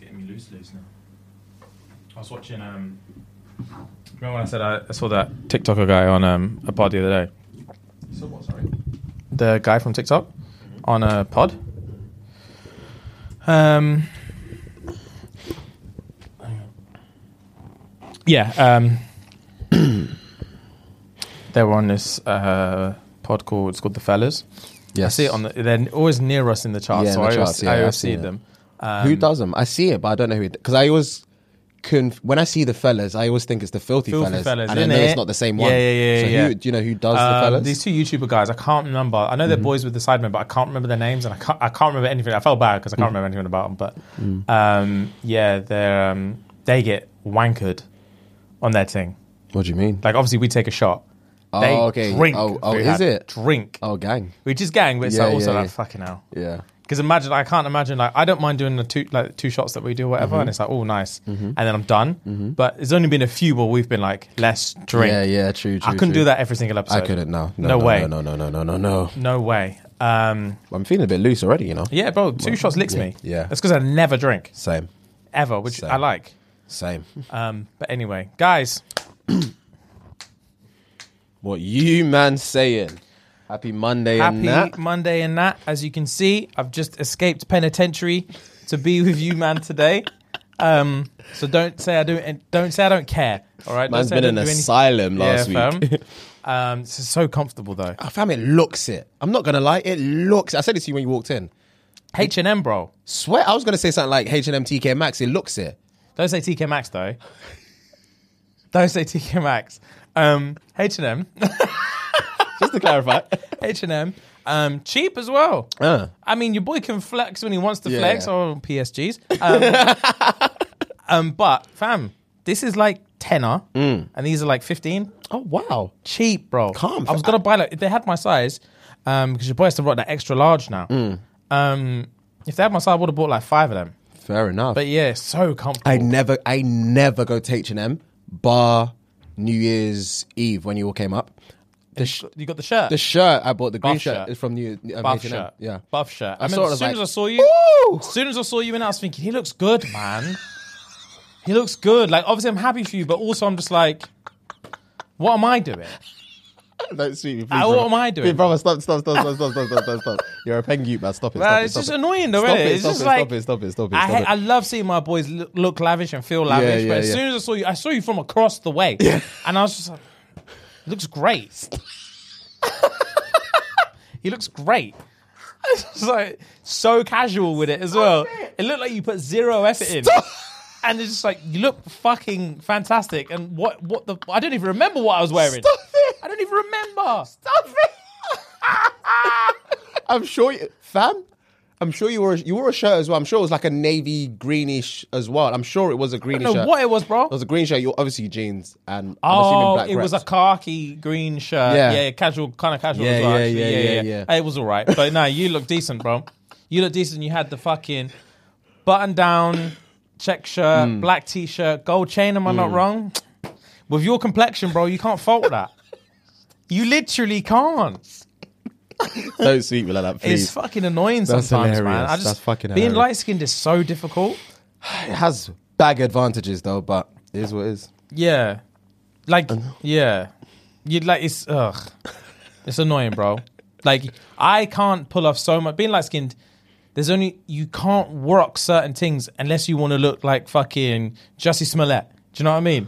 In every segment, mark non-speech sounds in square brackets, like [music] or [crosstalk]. getting me loose, loose now. I was watching. Um, remember when I said I, I saw that TikToker guy on um, a pod the other day? So what? Sorry. The guy from TikTok on a pod. Um. Yeah. Um. [coughs] they were on this uh, pod called. It's called the Fellas. I Yes. see it on the. They're always near us in the charts, Yeah, in so the I always, charts, yeah, I I've always see seen it. them. Um, who does them? I see it, but I don't know who. Because I always conf- when I see the fellas, I always think it's the filthy, Filthy fellas, Fellas, and I know innit? it's not the same one. Yeah, yeah, yeah, So yeah. who do you know who does Um, the fellas? Mm-hmm. These two YouTuber guys, I can't remember. I know they're boys with the Sidemen, but I can't remember their names, and I can't, I can't remember anything. I felt bad because I Mm. can't remember anything about them. But um, yeah, they're um, they get wankered on their thing. what do you mean? Like obviously, we take a shot. Oh, They okay. drink. Oh, oh, Fuhad, is it? drink? Oh, gang. Which is gang, but it's Yeah, like also yeah, like yeah. fucking hell. Yeah. Because imagine, I can't imagine. Like, I don't mind doing the two like two shots that we do, whatever, Mm-hmm. and it's like, oh, nice, and then I'm done. But it's only been a few where we've been like, let's drink. Yeah, yeah, true, I true. couldn't true. do that every single episode. I couldn't. No, no, No no way. No, no, no, no, no, no. No way. Um, I'm feeling a bit loose already. You know. yeah, bro, two shots licks me. yeah. That's because I never drink, Same, ever, which Same. I like. same. Um, but anyway, guys, What you man saying? Happy Monday and happy that. Monday and that. As you can see, I've just escaped penitentiary to be with you, man, today. Um, so don't say I don't, don't say I don't care. All right, Man's don't say been I in don't do anything. asylum last yeah, week. [laughs] Fam. um, this is so comfortable though. I fam, it looks it. I'm not gonna lie, it looks. I said it to you when you walked in. H and M, bro. Swear, I was gonna say something like H and M TK Maxx. It looks it. Don't say TK Maxx though. don't say TK Maxx. Um, H and M. Just to clarify. H and M. Um, cheap as well. Uh. I mean, your boy can flex when he wants to Yeah. flex or PSGs. Um, [laughs] um, but fam, this is like tenner, and these are like fifteen. [laughs] Oh wow. Cheap, bro. Mm. Calm, I was fam. gonna buy like if they had my size, um, because your boy has to rock that extra large now. Mm. Um, if they had my size, I would have bought like five of them. Fair enough. But yeah, it's so comfortable. I never, I never go to H and M bar New Year's Eve when you all came up. The, sh- you got the shirt. the shirt I bought, the green Buff shirt, shirt. is from New um, buff H&M. shirt. Yeah, Buff shirt. I, I mean, saw it, I as was soon like, as I saw you, "Ooh!" as soon as I saw you in it, I was thinking, he looks good, man. he looks good. Like, obviously, I'm happy for you, but also, I'm just like, what am I doing? [laughs] Don't sweet me, please. Ah, what brother. am I doing? Hey, brother, stop, stop, stop, stop, stop, stop, stop, stop, stop. You're a penguin, man. Stop it. Uh, Stop it, it's stop just it. annoying, though, Stop innit? it, It's stop just it, like, stop it, stop it, stop it, I, stop [laughs] hate, it. I love seeing my boys look, look lavish and feel lavish, yeah, but as yeah. soon as I saw you, I saw you from across the way, and I was just like, looks great. [laughs] he looks great. [laughs] It's just like so casual with it as well. It. looked like you put zero effort in. And it's just like you look fucking fantastic. And what what the I don't even remember what I was wearing. Stop it. I don't even remember. Stop it. I'm sure, you, fam. I'm sure you wore a, you wore a shirt as well. I'm sure it was like a navy greenish as well. I'm sure it was a greenish. know shirt. what it was, bro. It was a green shirt. You're obviously jeans and I'm assuming Oh, black it was a wraps. khaki green shirt. Yeah. Yeah, casual, kind of casual Yeah, as well. yeah, actually. yeah, Yeah, yeah, yeah, yeah. Hey, It was all right. But no, you look decent, bro. You look decent. You had the fucking button down, check shirt, Mm. black t shirt, gold chain. Am I not wrong? With your complexion, bro, you can't fault that. you literally can't. Don't sweet me like that, please. It's fucking annoying sometimes, man. hilarious. I just That's fucking being hilarious. light skinned is so difficult. It has bag advantages though, but it is what it is. Yeah, like yeah, you'd like it's ugh, it's annoying, bro. Like I can't pull off so much being light skinned. There's only you can't rock certain things unless you want to look like fucking Jussie Smollett. Do you know what I mean?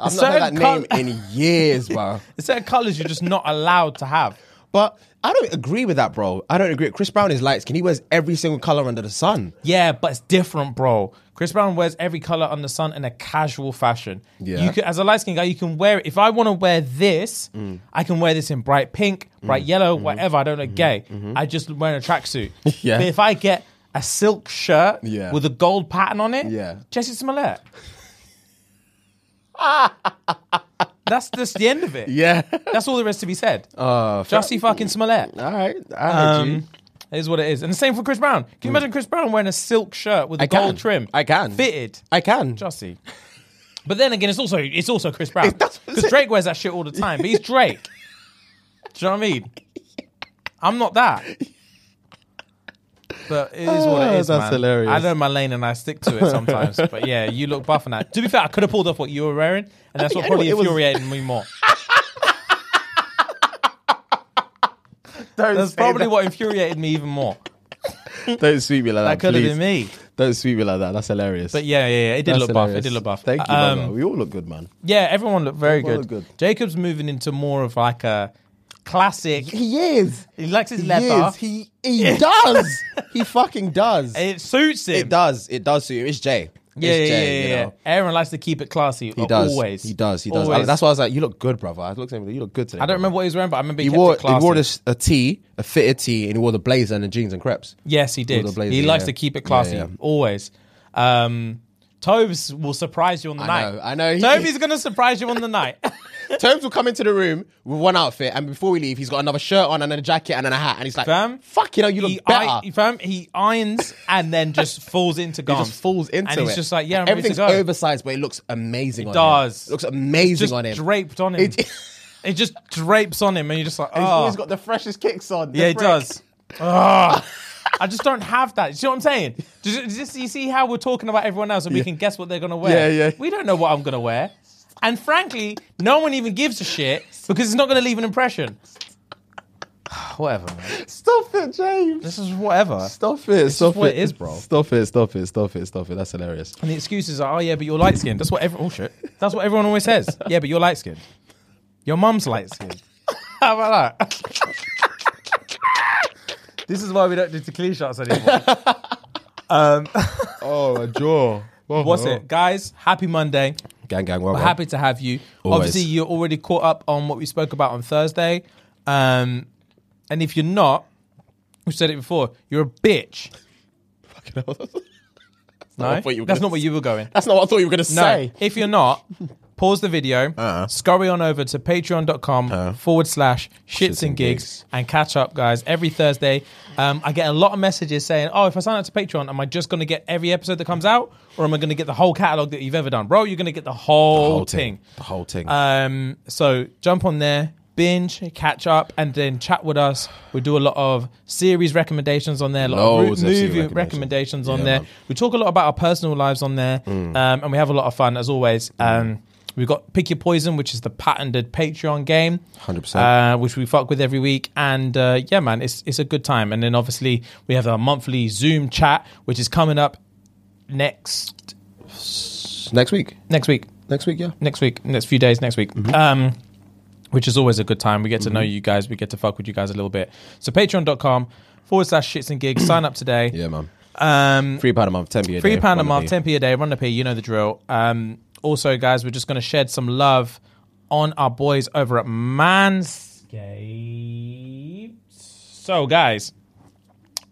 I've not Certain heard that name col- in years, bro. There's certain colors you're just not allowed to have. [laughs] But I don't agree with that, bro. I don't agree. Chris Brown is light skin. He wears every single color under the sun. Yeah, but it's different, bro. Chris Brown wears every color under the sun in a casual fashion. Yeah. You can, as a light skinned guy, you can wear it. If I want to wear this, Mm. I can wear this in bright pink, bright yellow, whatever. I don't look gay. I just wear a tracksuit. Mm-hmm. [laughs] Yeah. But if I get a silk shirt Yeah. with a gold pattern on it, Yeah. Jesse [laughs] Smollett. That's just the end of it. Yeah. That's all there is to be said. Uh, fair- Jesse fucking Smollett. [laughs] all right. I heard you. Um, it is what it is. And the same for Chris Brown. Can you imagine Chris Brown wearing a silk shirt with a Mm. I can. gold trim? I can. Fitted. I can. Jussie. But then again, it's also it's also Chris Brown. That's what I'm Because saying. Drake wears that shit all the time, but he's [laughs] Drake. Do you know what I mean? I'm not that. But it is Ah, what it is, That's man. hilarious. I know my lane and I stick to it sometimes. but yeah, you look buff on that. To be fair, I could have pulled off what you were wearing, and that's what anyway, probably it was- infuriated me [laughs] more. Don't That's say probably that. what infuriated me even more. Don't sweep me like that. That could have please. been me. Don't sweep me like that. That's hilarious. But yeah, yeah, yeah. It did That's look buff. It hilarious. did look buff. Thank you, Um, brother. We all look good, man. Yeah, everyone looked very Everyone good. looked good. Jacob's moving into more of like a classic. He is. He likes his He leather. is. He he [laughs] does. He fucking does. it suits him. It does. It does suit you. It's Jay. Yeah, it's yeah, Jay, yeah, you yeah. know. Aaron likes to keep it classy. He does. Always. He does. He does. I- Always. that's why I was like, you look good, brother. I looked at him. You look good today. I don't brother." remember what he was wearing, but I remember he, He kept wore it he classy. wore this, a tee, a fitted tee, and he wore the blazer and the jeans [laughs] and crepes. yes, he did. the blazer, he likes yeah. to keep it Yeah, classy. yeah. Always. Um, Tobes will surprise you on the I night. know. I know. He- Toby's gonna surprise you on the [laughs] night. Terms will come into the room with one outfit, and before we leave, he's got another shirt on and a jacket and then a hat, and he's like, Fam, "Fuck, you know, you look he, better." I, fam, he irons and then just falls into he gone. just falls into and it. he's just like, yeah, I'm ready to everything's go. oversized, but it looks amazing. It on does. Him. It looks amazing just on him. draped on him. It- [laughs] It, just drapes on him, and you're just like, oh, He's always got the freshest kicks on. the yeah, it frick. does. Ugh. I just don't have that. Do you know what I'm saying? Do you, do you see- you see how we're talking about everyone else, and we can guess what they're gonna wear. Yeah, yeah. We don't know what I'm gonna wear, and frankly, no one even gives a shit because it's not gonna leave an impression. [sighs] whatever. Man. Stop it, James. This is whatever. Stop it. Stop what it. it is, bro. Stop it. Stop it. Stop it. Stop it. That's hilarious. And the excuses are, oh yeah, but you're light skinned. That's what every, oh shit. That's what everyone always says. Yeah, but you're light skinned. Your mum's light skinned. [laughs] How about that? [laughs] this is why we don't do the clean shots anymore. Oh, a jaw. [laughs] What's it, guys? Happy Monday. Gang, gang, well, We're well. happy to have you. Always. Obviously, you're already caught up on what we spoke about on Thursday. Um, and if you're not, we said it before. You're a bitch. [laughs] No, I thought you were that's gonna not where you were going. That's not what I thought you were gonna No, say. if you're [laughs] not, pause the video, scurry on over to patreon.com forward slash Uh-huh. shits and and gigs and catch up, guys. Every Thursday, um, I get a lot of messages saying, Oh, if I sign up to Patreon, am I just going to get every episode that comes out or am I going to get the whole catalog that you've ever done? Bro, you're going to get the whole, thing. The whole thing. Um, so jump on there, binge, catch up, and then chat with us. We do a lot of series recommendations on there, a lot Loads of movie of series recommendations, recommendations on Yeah, Mm. there. man. We talk a lot about our personal lives on there, um, and we have a lot of fun as always. Mm. Um, we've got Pick Your Poison, which is the patented Patreon game, 100%. uh, which we fuck with every week. And uh, yeah, man, it's it's a good time. And then obviously we have our monthly Zoom chat, which is coming up next next week. next week Next week, yeah. next week, next few days, next week. Um, which is always a good time. We get to know you guys. We get to fuck with you guys a little bit. So patreon.com forward slash shits and gigs. Sign up today. Yeah, man. Um, Three pound a month, ten p a day. three pound a one month, day. 10p a day, run the p. You know the drill. Um, also, guys, we're just going to shed some love on our boys over at Manscaped. So, guys,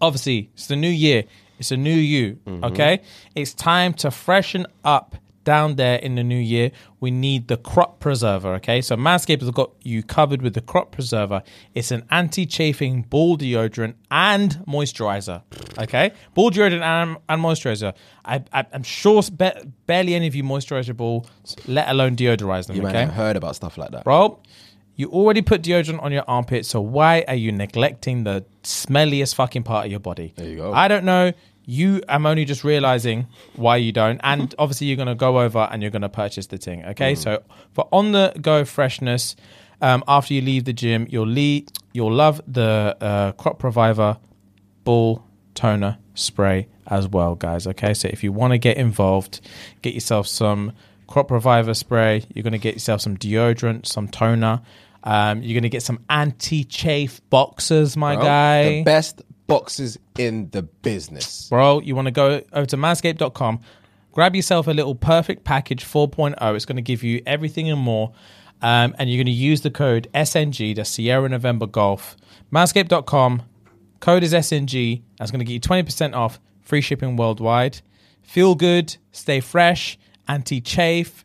obviously, it's the new year. It's a new you, Mm-hmm. okay? It's time to freshen up down there in the new year. We need the crop preserver, okay? So, Manscaped has got you covered with the crop preserver. It's an anti chafing ball deodorant and moisturizer, okay? Ball deodorant and, and moisturizer. I, I, I'm sure ba- barely any of you moisturize your balls, let alone deodorize them, You might okay? have heard about stuff like that. Bro, you already put deodorant on your armpit, so why are you neglecting the smelliest fucking part of your body? There you go. I don't know. You, I'm only just realizing why you don't. And obviously, you're going to go over and you're going to purchase the thing. Okay. So for on the go freshness, um, after you leave the gym, you'll leave, you'll love the uh, crop provider ball toner spray as well, guys. Okay, so if you want to get involved, get yourself some crop reviver spray. You're going to get yourself some deodorant, some toner. Um, you're going to get some anti chafe boxers, my Bro, guy. Oh, The best boxes in the business. Bro, you want to go over to manscaped.com, grab yourself a little perfect package 4.0. It's going to give you everything and more. Um, and you're going to use the code SNG, the Sierra November Golf. Manscaped.com, code is SNG. That's going to get you 20% off, free shipping worldwide. Feel good, stay fresh, anti chafe,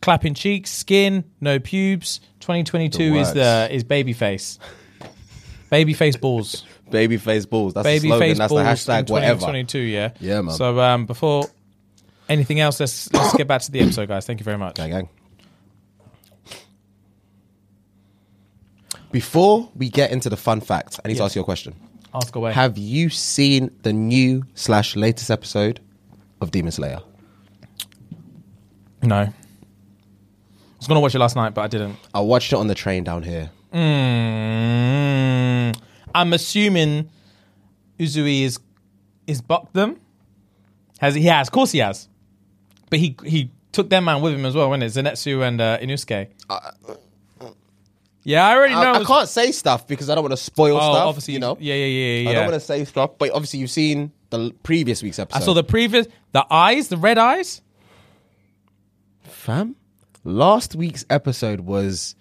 clapping cheeks, skin, no pubes. 2022 is works. the is baby face. baby face balls Babyface balls. That's the baby slogan. face That's the balls hashtag. in Whatever. 2022 yeah Yeah, man. so um before anything else let's let's get back to the episode guys thank you very much Gang, gang. Before we get into the fun facts, I need to ask you a question. Ask away. Have you seen the new slash latest episode of Demon Slayer? no. I was gonna watch it last night, but I didn't. I watched it on the train down here. Mm. I'm assuming Uzui is is bucked them. Has he? Has of course he has. But he he took their man with him as well, wasn't it? Zenetsu and uh, Inusuke. yeah, I already know. uh, I, it I was- can't say stuff because I don't want to spoil oh, stuff. obviously, you know, Yeah, yeah, yeah, yeah. I yeah. don't want to say stuff. But obviously, you've seen the l- previous week's episode. I saw the previous, the eyes, the red eyes. fam. Last week's episode was.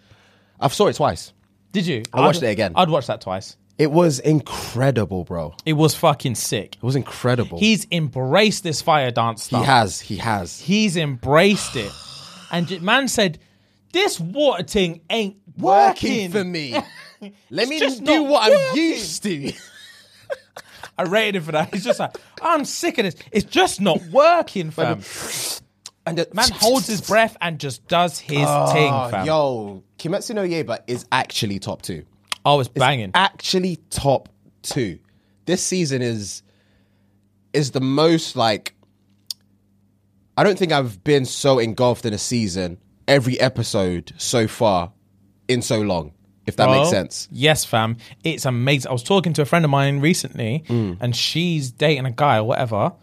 I've saw it twice. Did you? I watched it again. I'd watch that twice. It was incredible, bro. It was fucking sick. It was incredible. He's embraced this fire dance he stuff. has. He has. He's embraced [sighs] it. And j- man said, this water thing ain't working. Working for [laughs] me. Let me just do not what I'm working. used to. I rated him for that. He's just like, [laughs] I'm sick of this. It's just not working, fam. And the- Man holds his breath and just does his thing, Oh, fam. Yo, Kimetsu no Yaiba is actually top two. Oh, it's banging. Actually, top two. This season is is the most like. I don't think I've been so engulfed in a season every episode so far in so long. If that makes Bro, sense. Yes, fam. It's amazing. I was talking to a friend of mine recently, Mm. and she's dating a guy or whatever,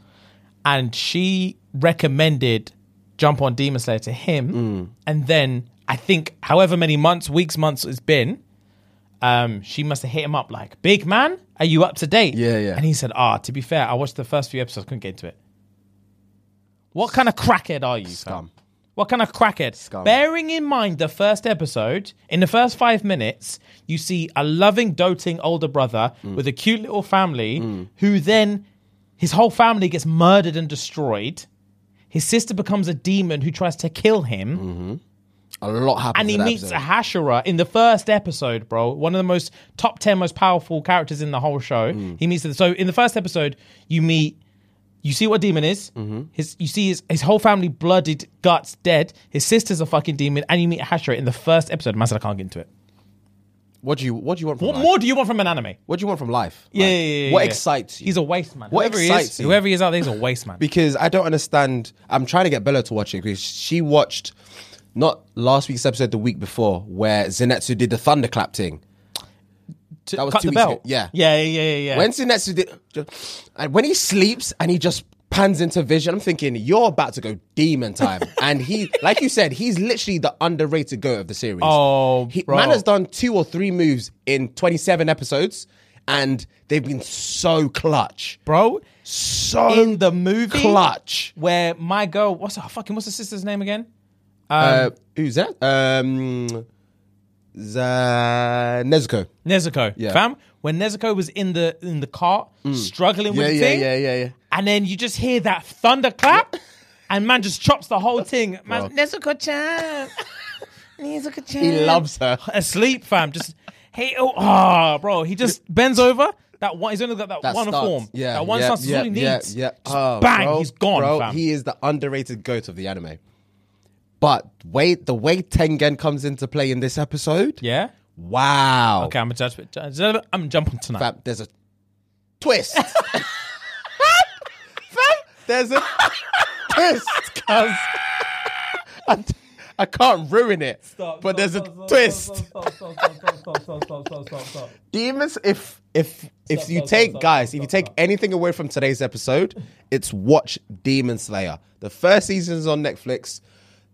and she recommended Jump on Demon Slayer to him, Mm. and then I think however many months, weeks, months it's been, um, she must have hit him up like, "Big man, are you up to date?" Yeah, yeah. And he said, "Ah, to be fair, I watched the first few episodes, couldn't get into it." What kind of crackhead are you, fam? Scum. What kind of crackhead? Bearing in mind the first episode, in the first five minutes, you see a loving, doting older brother with a cute little family who then his whole family gets murdered and destroyed. His sister becomes a demon who tries to kill him. A lot happens. And he in that meets episode. a Hashira in the first episode, bro. One of the most top 10 most powerful characters in the whole show. Mm. He meets so in the first episode, you meet you see what a demon is. Mm-hmm. His you see his, his whole family blooded, guts dead. His sister's a fucking demon and you meet Hashira in the first episode. Man said I can't get into it. What do you What do you want from What life? more do you want from an anime? What do you want from life? Yeah, Like, yeah, yeah, yeah, What yeah. excites you? He's a waste man. What whoever he is, excites you? whoever he is out there, he's a waste man. because I don't understand. I'm trying to get Bella to watch it because she watched not last week's episode, the week before, where Zenetsu did the thunderclap thing. To that was cut [laughs] two the weeks belt. ago. Yeah. Yeah, yeah, yeah, yeah. When Zenetsu did, and when he sleeps and he just pans into vision, I'm thinking you're about to go demon [laughs] time. and he, like you said, he's literally the underrated goat of the series. Oh, he, bro. man has done two or three moves in 27 episodes, and they've been so clutch, bro, so in the movie [laughs] clutch. where my girl, what's her fucking what's her sister's name again? Uh, who's that? Um, Za- Nezuko. Nezuko, Yeah. Mm. fam. When Nezuko was in the in the cart, struggling with the thing, yeah, yeah. and then you just hear that [laughs] thunderclap, and man just chops the whole Oh, thing. Man, Nezuko chan, [laughs] Nezuko chan. He loves her. Asleep, fam. Just hey, oh, ah, bro. He [laughs] just bends over. That one, he's only got that, That one stance. form. Yeah, that one yeah, stance is yeah, all he yeah, needs. Yeah, Just Oh, bang, bro, he's gone, bro, fam. He is the underrated goat of the anime. But wait, the way Tengen comes into play in this episode, yeah. wow. Okay, I'm a judge. I'm jumping tonight. Fam, there's a [laughs] twist. Fam, there's a twist, cuz. I, I can't ruin it, but there's a twist. Demons, if if if you stop, take stop, guys, stop, if you stop, take anything away from today's episode, it's watch Demon Slayer. The first season's on Netflix,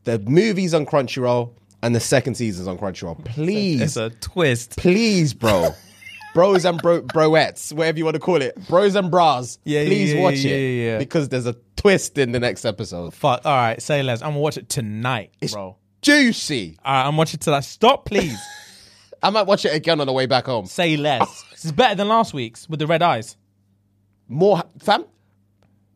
the movie's on Crunchyroll, and the second season's on Crunchyroll. It's Please, a twist. please, bro. [laughs] Bros and bro broettes, whatever you want to call it. Bros and bras. yeah, please yeah, watch yeah, it. yeah, yeah. Because there's a twist in the next episode. Fuck. All right, say less. I'm gonna watch it tonight, bro. Juicy. All right, I'm watching till I stop. [laughs] Please I might watch it again on the way back home. say less. this is better than last week's with the red eyes. more fam.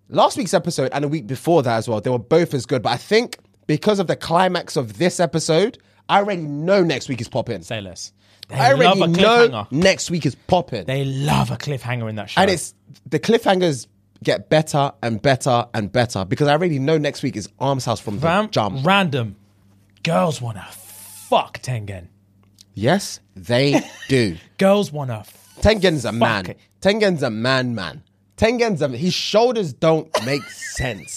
Last week's episode and the week before that as well, they were both as good. But I think because of the climax of this episode, I already know next week is popping. Say less. They I already love a know cliffhanger. next week is popping, They love a cliffhanger in that show. and it's the cliffhangers get better and better and better because I already know next week is Arms House from Ram- the jump. random. Girls wanna fuck Tengen. Yes, they do. Girls wanna Tengen's a man. it. Tengen's a man, man. Tengen's a his shoulders don't make sense.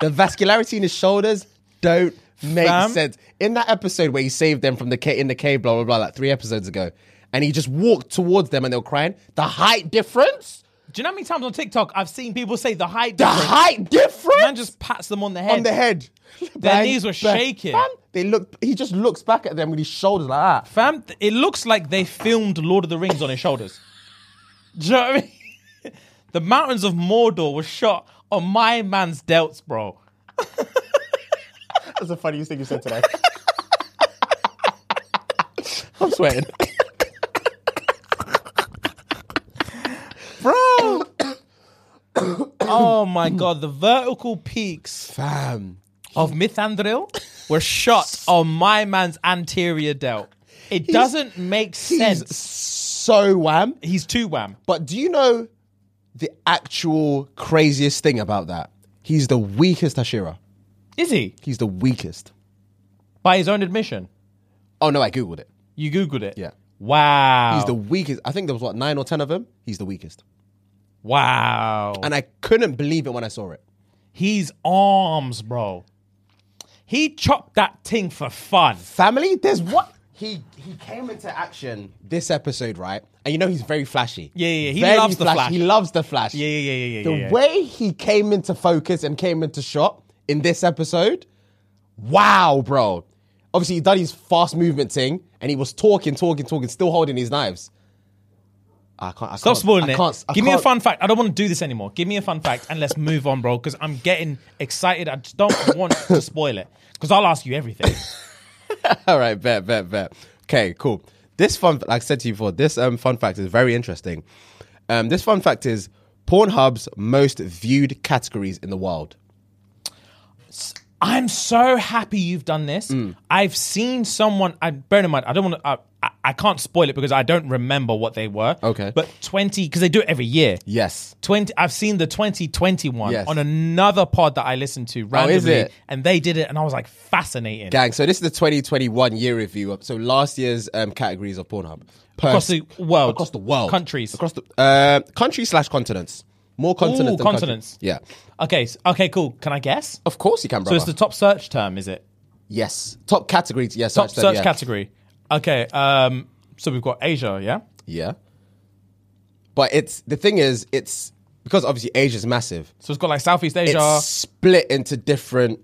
The vascularity in his shoulders don't make Fam. sense. In that episode where he saved them from the K in the cave, blah blah blah, like three episodes ago, and he just walked towards them and they were crying. The height difference. Do you know how many times on TikTok I've seen people say the height The difference? height difference. Man just pats them on the head. on the head. [laughs] Their knees were shaking. Fam, They look. He just looks back at them with his shoulders like "Ah, that. Fam, th- it looks like they filmed Lord of the Rings on his shoulders. Do you know what I mean? [laughs] The mountains of Mordor was shot on my man's delts, bro. That's the funniest thing you said today. [laughs] I'm sweating. Bro! [clears throat] oh my god, the vertical peaks Fam. of Mythandril were shot on my man's anterior delt. It doesn't make sense. He's He's, so wham. too wham. But do you know the actual craziest thing about that? He's the weakest Hashira. Is he? He's the weakest. By his own admission. Oh no, I googled it. You Googled it. Yeah. Wow. He's the weakest. I think there was what nine or ten of them. He's the weakest, wow. and I couldn't believe it when I saw it. His arms, bro. He chopped that thing for fun. Family, there's what he he came into action this episode, right? And you know he's very flashy. Yeah, yeah, yeah. He Very loves the flash. He loves the flash. Yeah, yeah, yeah, yeah, yeah. the yeah. way he came into focus and came into shot in this episode, wow, bro. Obviously, he done his fast movement thing, and he was talking, talking, talking, still holding his knives. I can't. I Stop can't, spoiling I it. Can't, I Give me a can't- fun fact. I don't want to do this anymore. Give me a fun fact and let's move on, bro, because I'm getting excited. I just don't want to spoil it because I'll ask you [coughs] everything. [laughs] All right, bet, bet, bet. Okay, cool. This fun, like I said to you before, this um, fun fact is very interesting. Um, this fun fact is Pornhub's most viewed categories in the world. I'm so happy you've done this. Mm. I've seen someone. I bear in mind, I don't want to. I, I can't spoil it because I don't remember what they were. Okay. but 20 because they do it every year. Yes. 20 I've seen the 2021 Yes. Oh, on another pod that I listened to randomly is it? and they did it and I was like fascinating. Gang, so this is the 2021 year review. of- So last year's um, categories of Pornhub. Per- Across the world. Across the world. Countries. Across the uh, countries slash continents. More continents Ooh, than country- continents. Yeah. Okay, s- okay, cool. Can I guess? Of course you can, So brother. it's the top search term, is it? yes. Top categories. Yes. Top term, search yeah. category. Okay, um so we've got Asia, yeah? Yeah. But it's the thing is, it's because obviously Asia's massive. So it's got like Southeast Asia. It's split into different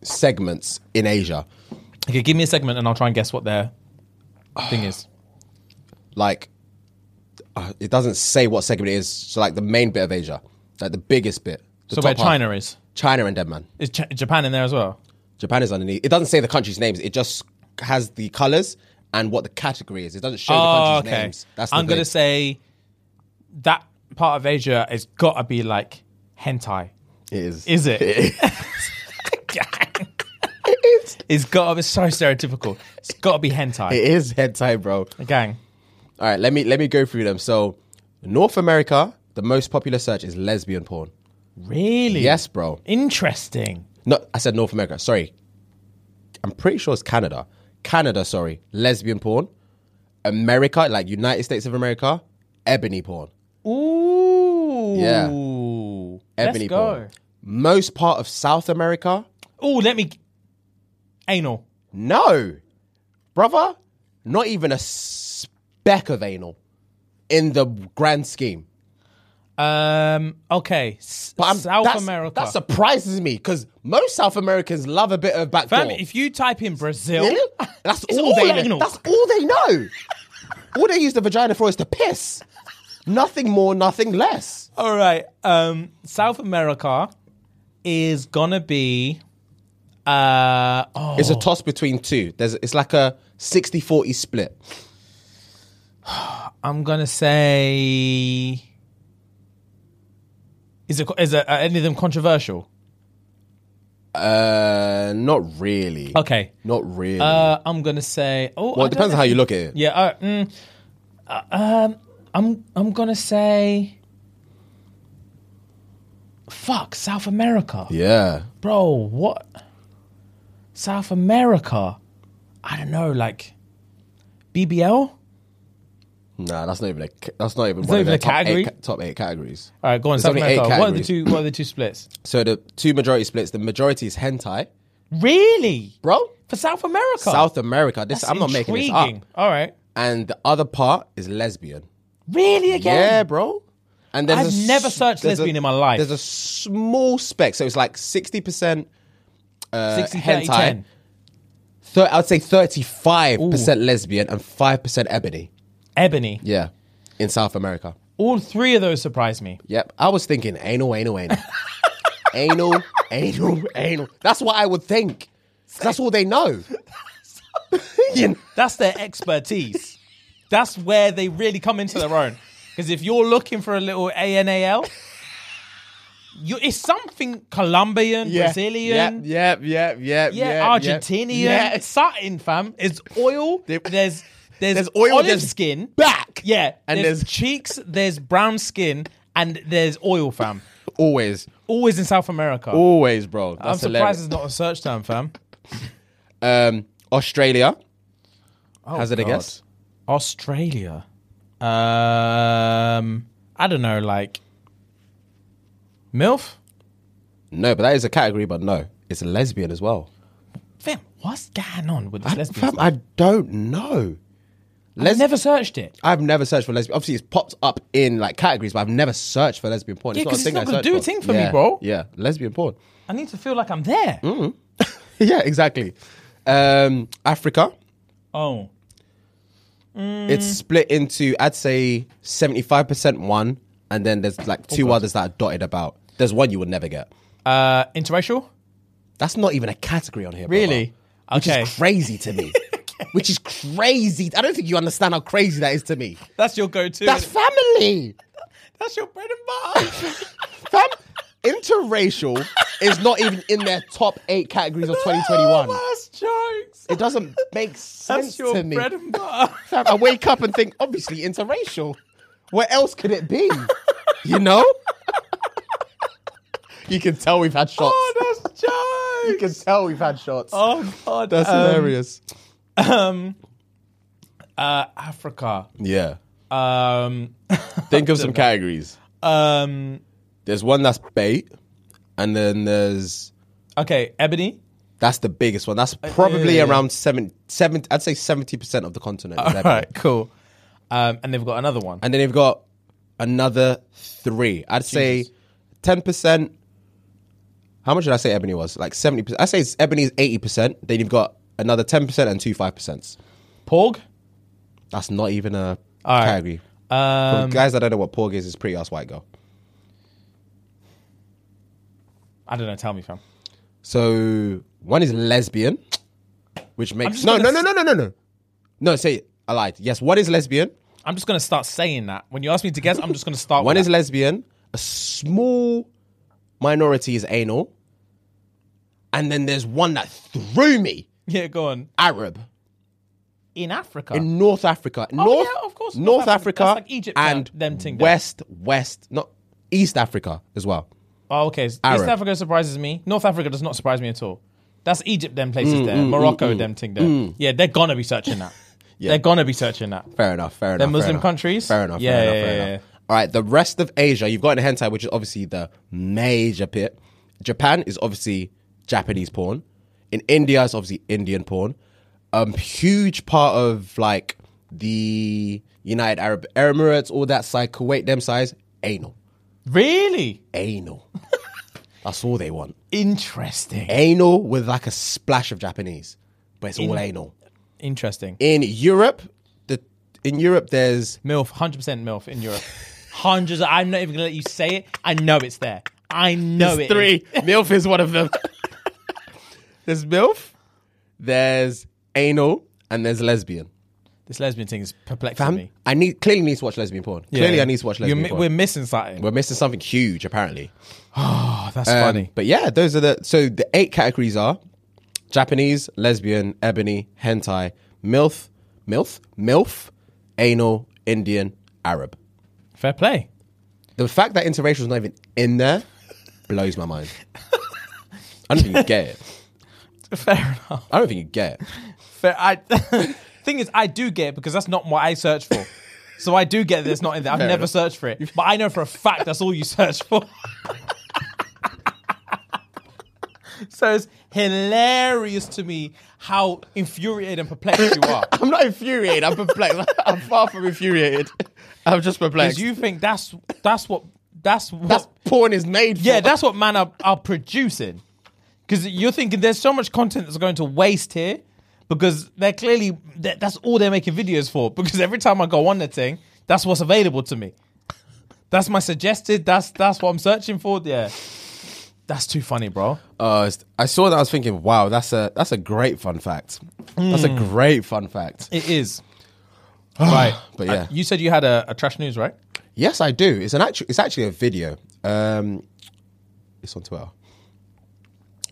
segments in Asia. Okay, give me a segment and I'll try and guess what their thing is. Like, uh, it doesn't say what segment it is. So, like, the main bit of Asia, like the biggest bit. [sighs] the So where top half. China is. China and Denman. Is Ch- Japan in there as well? Japan is underneath. It doesn't say the country's names. It just has the colors and what the category is. It doesn't show Oh, the country's okay. names. That's the I'm thing. gonna say that part of Asia has got to be like hentai. It is. [laughs] Is it? [laughs] it's got to be so stereotypical. It's got to be hentai. It is head tie, bro. Gang. All right, let me let me go through them. So, North America, the most popular search is lesbian porn. Really? Yes, bro. Interesting. No, I said North America. Sorry, I'm pretty sure it's Canada. Canada, sorry, lesbian porn. America, like United States of America, ebony porn. Ooh. Yeah. Let's Ebony go. porn. Most part of South America, Ooh, let me. Anal. no, brother, not even a speck of anal in the grand scheme. Um. Okay. S- But I'm, South that's- America. That surprises me because most South Americans love a bit of backdoor. Fam, if you type in Brazil, Really? [laughs] That's It's all, all they anal. know. That's all they know. all they use the vagina for is to piss. Nothing more, nothing less. All right. Um, South America is gonna be. Uh, oh, It's a toss between two. There's it's like a 60-40 split. I'm gonna say. Is it is it, uh, any of them controversial? Uh not really. Okay. Not really. Uh, I'm gonna say. Oh, well, it depends on how you look at it. Yeah. Uh, mm, uh, um, I'm I'm gonna say. Fuck South America. Yeah. bro, what? South America? I don't know, like BBL? Nah, that's not even a. ca- That's not even. not One even of their a top category? Eight, ca- top eight categories. All right, go on. There's South only eight America. What are the categories. two? What are the two splits? So the two majority splits. The majority is hentai, Really? bro. For South America? South America. This That's I'm not making this intriguing. up. All right. And the other part is lesbian. Really again? Yeah, bro. And there's I've a s- never searched there's lesbian a- in my life. There's a small speck, so it's like sixty percent uh, 60, 30, hentai. 10. Thir- I'd say thirty-five percent lesbian and five percent ebony. Ebony. Yeah, in South America. All three of those surprised me. Yep, I was thinking anal, [laughs] anal, anal, anal, anal, anal. That's what I would think. That's all [laughs] they know. You know? That's their expertise. That's where they really come into their own. Because if you're looking for a little ANAL, you, it's something Colombian, Brazilian, Yep, yep, yep, yeah, Argentinian, something, fam. It's oil. They- there's there's, There's oil, olive there's skin. Back. Yeah, and there's, there's- cheeks. There's brown skin, and there's oil, fam. Always, Always in South America. always, bro. That's I'm surprised hilarious. it's not a search term, fam. Um, Australia. Hazard a Oh, God. guess. Australia. Um, I don't know, like MILF. No, but that is a category. But no, it's a lesbian as well. Fam, what's going on with this lesbian? Fam, stuff? I don't know. I've never searched it. I've never searched for lesbian. Obviously, it's popped up in like categories, but I've never searched for lesbian porn. Yeah, 'cause a it's thing not I gonna search do a thing for me, Yeah, bro. Yeah, lesbian porn. [laughs] I need to feel like I'm there. yeah, exactly. Um, Africa. Oh, Mm. It's split into, I'd say, seventy-five percent one, and then there's like Oh, two others that are dotted about. There's one you would never get. uh, interracial. That's not even a category on here. brother. Really? Which Okay. is crazy [laughs] to me. Which is crazy. I don't think you understand how crazy that is to me. That's your go-to. That's family. [laughs] That's your bread and butter. [laughs] Fam, interracial is not even in their top eight categories of [laughs] 2021. That's jokes. It doesn't make sense That's your to me. bread and butter. [laughs] Fam, I wake up and think, obviously, interracial. What else could it be? You know? you can tell we've had shots. oh, that's you jokes. can tell we've had shots. Oh God, that's hilarious. Um, uh, Africa. Yeah. Um, Think of some categories. um, There's one that's bait, and then there's okay, Ebony. That's the biggest one. That's probably yeah, yeah. around seven, seven. I'd say seventy percent of the continent. is All Lebanon. right, cool. Um, and they've got another one. And then they've got another three. I'd say ten percent. How much did I say Ebony was? Like seventy percent. I say it's- Ebony is eighty percent. Then you've got another ten percent and two five percent. Porg. That's not even a All right. category. For Um, guys that don't know what porg is, is pretty ass white girl. I don't know. Tell me, fam. So one is lesbian, which makes just no, gonna no, no, no, no, no, no. No, say it. I lied. Yes, one is lesbian. I'm just gonna start saying that when you ask me to guess. I'm just gonna [laughs] start. One with is lesbian, a small minority is anal, and then there's one that threw me that. yeah. Go on. Arab In Africa. in North Africa. North, Oh, yeah, of course, North, North Africa. Africa, That's like Egypt, and uh, them thing there. West, West, not East Africa as well. oh, okay. so Arab. East Africa surprises me. North Africa does not surprise me at all. That's Egypt. Them places Mm, there. Morocco. them thing there. Yeah, they're gonna be searching [laughs] that. They're gonna be searching that. Fair enough, fair enough. They're fair Muslim enough. countries. Fair enough, Yeah, fair enough, yeah, fair yeah, enough. All right, the rest of Asia, you've got in hentai, which is obviously the major pit. Japan is obviously Japanese porn. In India, it's obviously Indian porn. Um, huge part of like the United Arab Emirates, all that side, Kuwait, them size, anal, Really [laughs] anal. That's all they want. interesting. Anal with like a splash of Japanese, but it's all anal. Interesting. In Europe, the in Europe there's MILF, hundred percent MILF in Europe. Hundreds. I'm not even gonna let you say it. I know it's there. I know it. is. MILF is one of them. [laughs] there's MILF, there's anal, and there's lesbian. This lesbian thing is perplexing Fam, me. I need clearly need to watch lesbian porn. Clearly, I need to watch You're lesbian mi- porn. We're We're, missing something. missing something huge, apparently. Oh, that's Um, funny. But yeah, those are the so the eight categories are Japanese, lesbian, ebony, hentai, MILF, MILF, MILF, anal, Indian, Arab. Fair play. The fact that interracial is not even in there blows my mind. I don't think you get [laughs] it. Fair enough. I don't think you get it. [laughs] [laughs] Fair. I thing is, I do get it because that's not what I search for. So I do get that it's not in there. I've never searched for it, but I know for a fact that's all you search for. [laughs] so it's hilarious to me how infuriated and perplexed you [laughs] are. I'm not infuriated. I'm perplexed. [laughs] I'm far from infuriated. I'm just perplexed. Because you think that's that's what that's what That's porn is made for. yeah that's what man are, are producing. Because you're thinking there's so much content that's going to waste here because they're clearly that, that's all they're making videos for. [laughs] Because every time I go on the thing, that's what's available to me. That's my suggested. That's that's what I'm searching for. Yeah, that's too funny, bro. Uh, it's- I saw that. I was thinking, wow, that's a that's a great fun fact. That's a Hmm. great fun fact. It [sighs] is. right, Uh, But yeah. you said you had a, a trash news, right? Yes, I do. It's an actual. It's actually a video. Um, it's on Twitter.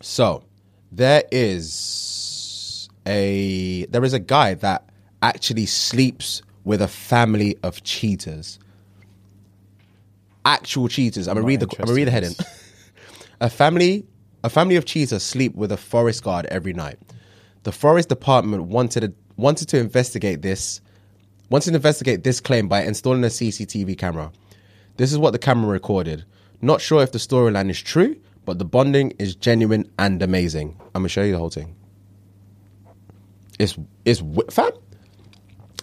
So there is a there is a guy that actually sleeps with a family of cheaters. Actual cheaters. I'm gonna read the. I'm gonna read the heading. [laughs] a family a family of cheaters sleep with a forest guard every night. The forest department wanted wanted to investigate this wanted to investigate this claim by installing a CCTV camera. This is what the camera recorded. Not sure if the storyline is true, but the bonding is genuine and amazing. I'm gonna show you the whole thing. It's it's wi- fam.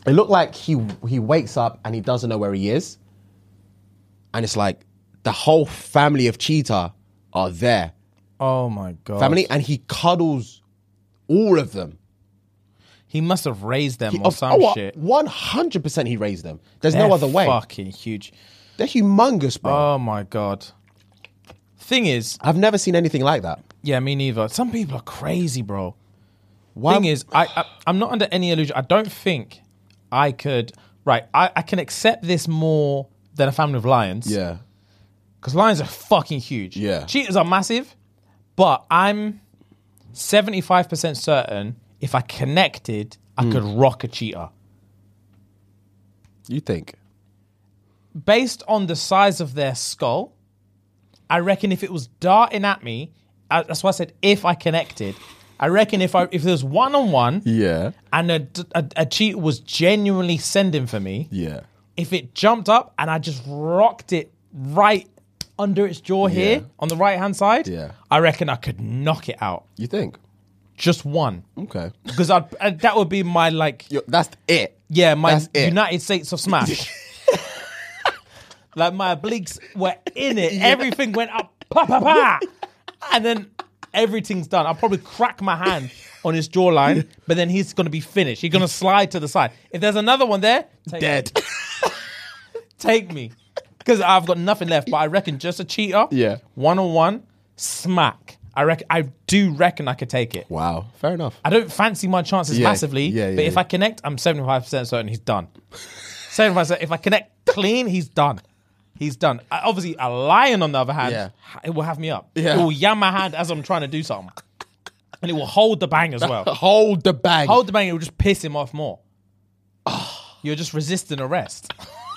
It looked like he he wakes up and he doesn't know where he is and it's like the whole family of cheetah are there Oh my god, family and he cuddles all of them He must have raised them He- or of- some oh, shit. 100% he raised them there's no They're other way Fucking huge. they're humongous bro Oh my god. Thing is, i've never seen anything like that yeah, me neither. Some people are crazy, bro. Why- Thing is, I, I I'm not under any illusion. I don't think I could. Right, I, I can accept this more than a family of lions. yeah because lions are fucking huge. Yeah. cheetahs are massive, but I'm seventy five percent certain if I connected, I could Hmm. rock a cheetah. you think based on the size of their skull, I reckon if it was darting at me, I, that's why I said if I connected. I reckon if I if there's one on one yeah and a, a, a cheat was genuinely sending for me, yeah if it jumped up and I just rocked it right under its jaw here Yeah. on the right hand side, Yeah. I reckon I could knock it out. you think Just one, okay because I'd uh, that would be my like Yo, that's it yeah, my That's it. United States of [laughs] Smash. like my obliques were in it. Everything went up, pa pa [laughs] pa, and then everything's done. I'll probably crack my hand on his jawline, but then he's gonna be finished. He's gonna slide to the side. If there's another one there, take, dead take me, because I've got nothing left. But I reckon just a cheater, Yeah. one on one, smack. I reckon I do reckon I could take it. wow fair enough I don't fancy my chances Yeah, massively, yeah, yeah, but if yeah. I connect, I'm 75% certain he's done. 75%. If I connect clean, he's done. He's done. I, obviously, a lion, on the other hand, Yeah. ha- it will have me up. Yeah. It will yam my hand as I'm trying to do something. And it will hold the bang as [laughs] well. hold the bag hold the bang, it will just piss him off [sighs] more. You're just resisting arrest. [laughs]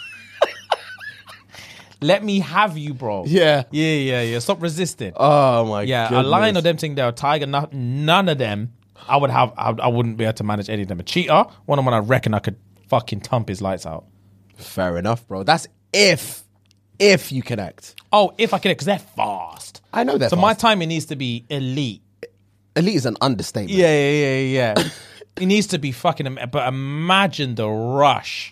Let me have you, bro. yeah Yeah, yeah, yeah. Stop resisting. oh my Yeah, goodness. a lion of them thing there, a tiger, no- none of them. I would have, I, I wouldn't be able to manage any of them. A cheater, one on one, I reckon I could fucking thump his lights out. fair enough bro that's if if you connect Oh, if I could, because they're fast. i know that so my timing needs to be elite. elite is an understatement Yeah, yeah, yeah, yeah. [coughs] it needs to be fucking. am- But imagine the rush.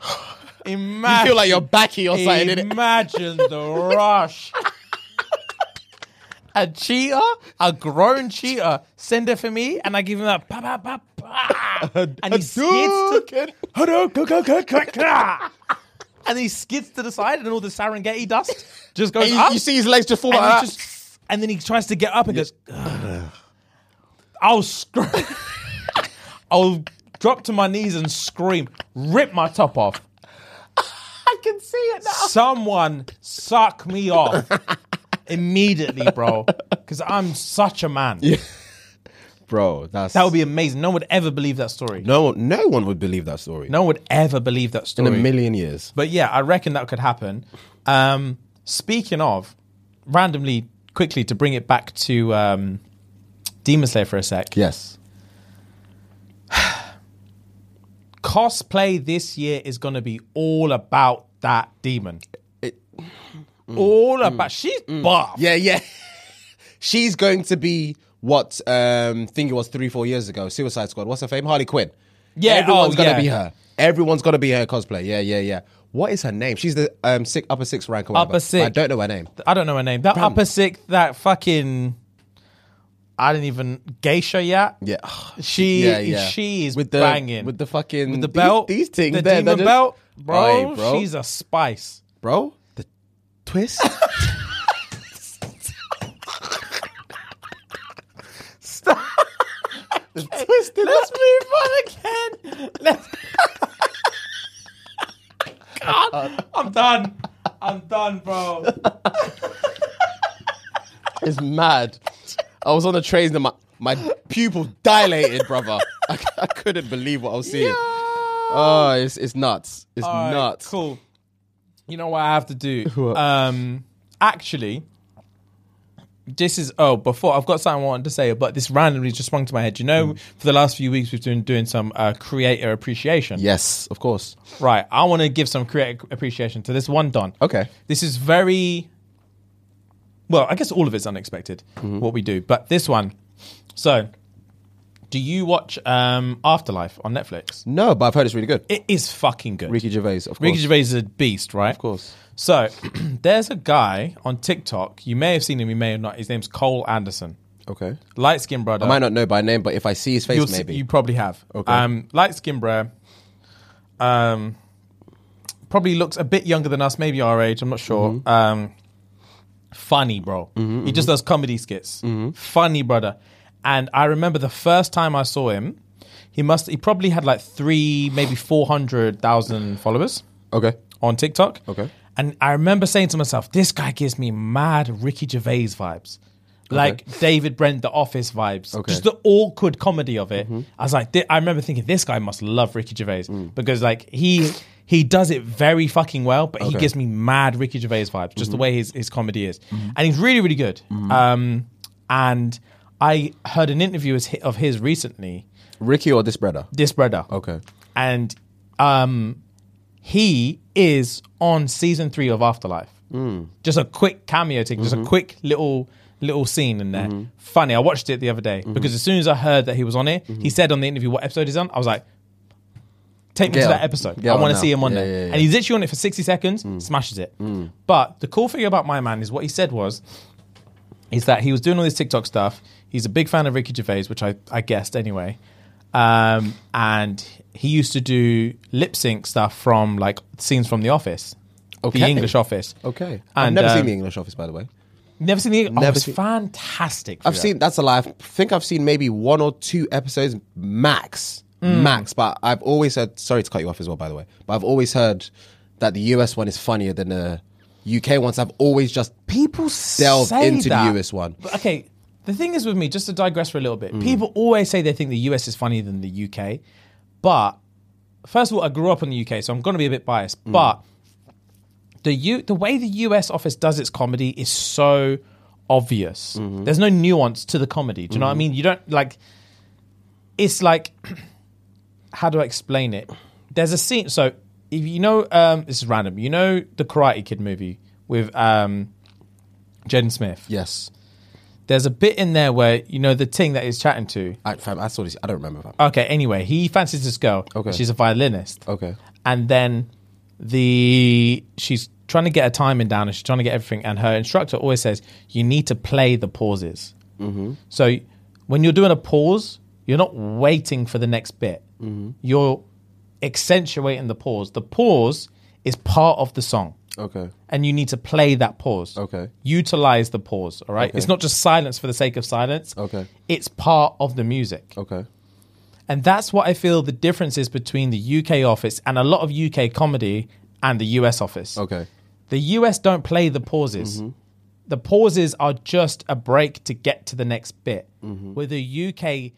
Imagine. you feel like you're backy or something innit? Imagine the rush. A cheater, a grown cheater, send it for me, and I give him that pa pa pa pa, and he skids to, [laughs] and he skids to the side, and all the Serengeti dust just goes And you, up. you see his legs just fall and, like he that. just, and then he tries to get up and goes, I'll scream. [laughs] I'll drop to my knees and scream, rip my top off. I can see it now. Someone suck me [laughs] off immediately, bro. Because I'm such a man. Bro, that's That would be amazing. No one would ever believe that story. No, no one no one would believe that story. one would ever believe that In story. a million years. But yeah, I reckon that could happen. Um, speaking of, randomly, quickly to bring it back to um, Demon Slayer for a sec. Yes. cosplay this year is going to be all about that demon. all about she's buff. mm, Yeah, yeah. [laughs] She's going to be what um thing it was three, four years ago. Suicide Squad. What's her fame? Harley Quinn. Yeah, everyone's oh, gonna yeah. be her. Everyone's gonna be her cosplay. Yeah, yeah, yeah. What is her name? She's the um six, upper six rank. Or whatever. Upper six. I don't know her name. I don't know her name. That upper six, that fucking, I didn't even geisha yet. Yeah, She, yeah, yeah. she is with the, banging with the fucking With the these- belt, These, things, the there, they're demon just- belt, bro, Oi, bro. She's a spice. [laughs] bro. The twist. Stop. the twist. in Let's move on again. Let's. [laughs] God, I'm done. I'm done, bro. that is mad. I was on the train and my my pupil dilated, brother. I, I couldn't believe what I was seeing. Oh, it's it's nuts. It's All right, nuts. Cool. You know what I have to do? [laughs] What? Um, actually, this is oh before I've got something I wanted to say, but this randomly just sprung to my head. You Hmm. know, for the last few weeks we've been doing some uh, creator appreciation. Yes, of course. Right. I want to give some creator appreciation to this one Don. Okay. This is very well, I guess all of it's unexpected Mm-hmm. what we do, but this one. So, do you watch um, Afterlife on Netflix? No, but I've heard it's really good. It is fucking good. Ricky Gervais, of course. Ricky Gervais is a beast, right? Of course. So [clears throat] there's a guy on TikTok. You may have seen him, you may have not. His name's Cole Anderson, Okay. light skinned brother. I might not know by name, but if I see his face, You'll see- maybe. you probably have. Okay. Um, light skinned brother. Um, probably looks a bit younger than us, maybe our age. I'm not sure. Mm-hmm. Um, funny, bro. he just does comedy skits. Mm-hmm. Funny brother. And I remember the first time I saw him, he must he probably had like three, maybe four hundred thousand followers okay. on TikTok. Okay. And I remember saying to myself, this guy gives me mad Ricky Gervais vibes. Like David Brent, The Office vibes. Okay. Mm-hmm. Just the awkward comedy of it. I was like, thi- I remember thinking, this guy must love Ricky Gervais Mm. because, like, he he does it very fucking well, but he Okay. Mm-hmm. gives me mad Ricky Gervais vibes, just the way his, his comedy is. And he's really, really good. Um, and I heard an interview as hi- of his recently, Ricky or this brother? this brother Okay. and um, he is on season three of Afterlife. Mm. Just a quick cameo thing, just a Mm-hmm. quick little little scene in there. Funny. I watched it the other Mm-hmm. day because as soon as I heard that he was on it, he said on the interview what episode he's on. I was like, take me Get to on. that episode. Get I on want to now. see him on Yeah, there. yeah, yeah. Mm. And he's literally on it for sixty seconds, smashes it. But the cool thing about my man is what he said was is that he was doing all this TikTok stuff. He's a big fan of Ricky Gervais, which I, I guessed anyway. Um, and he used to do lip sync stuff from like scenes from The Office, Okay. The English Office. Okay. I've And, never seen um, the English Office, by the way. Never seen the. English. oh, Never it's seen- fantastic. I've Frida. seen that's a lie. I think I've seen maybe one or two episodes max, Mm. max. But I've always heard. Sorry to cut you off as well, by the way. But I've always heard that the US one is funnier than the UK ones. I've always just people delved say into that. the US one. Mm. But, okay, the thing is with me, just to digress for a little bit, people always say they think the US is funnier than the UK. But first of all, I grew up in the UK, so I'm going to be a bit biased. Mm. But the U, the way the US office does its comedy is so obvious. There's no nuance to the comedy. Do you know what I mean? You don't like. It's like, [clears throat] how do I explain it? There's a scene. So if you know, um, this is random. You know the Karate Kid movie with um, Jaden Smith Yes, there's a bit in there where you know the thing that he's chatting to. I, fam, I saw this. I don't remember. Fam. Okay, anyway, he fancies this girl. Okay. she's a violinist. Okay. and then the she's trying to get her timing down and she's trying to get everything. And her instructor always says you need to play the pauses. Mm-hmm. So when you're doing a pause, you're not waiting for the next bit. Mm-hmm. You're accentuating the pause. The pause is part of the song Okay. and you need to play that pause. Okay. Utilize the pause, all right? Okay. It's not just silence for the sake of silence. Okay. It's part of the music. Okay. And that's what I feel the difference is between the UK office and a lot of UK comedy and the US office. Okay. Mm-hmm. The US don't play the pauses. The pauses are just a break to get to the next bit. Mm-hmm. Where the UK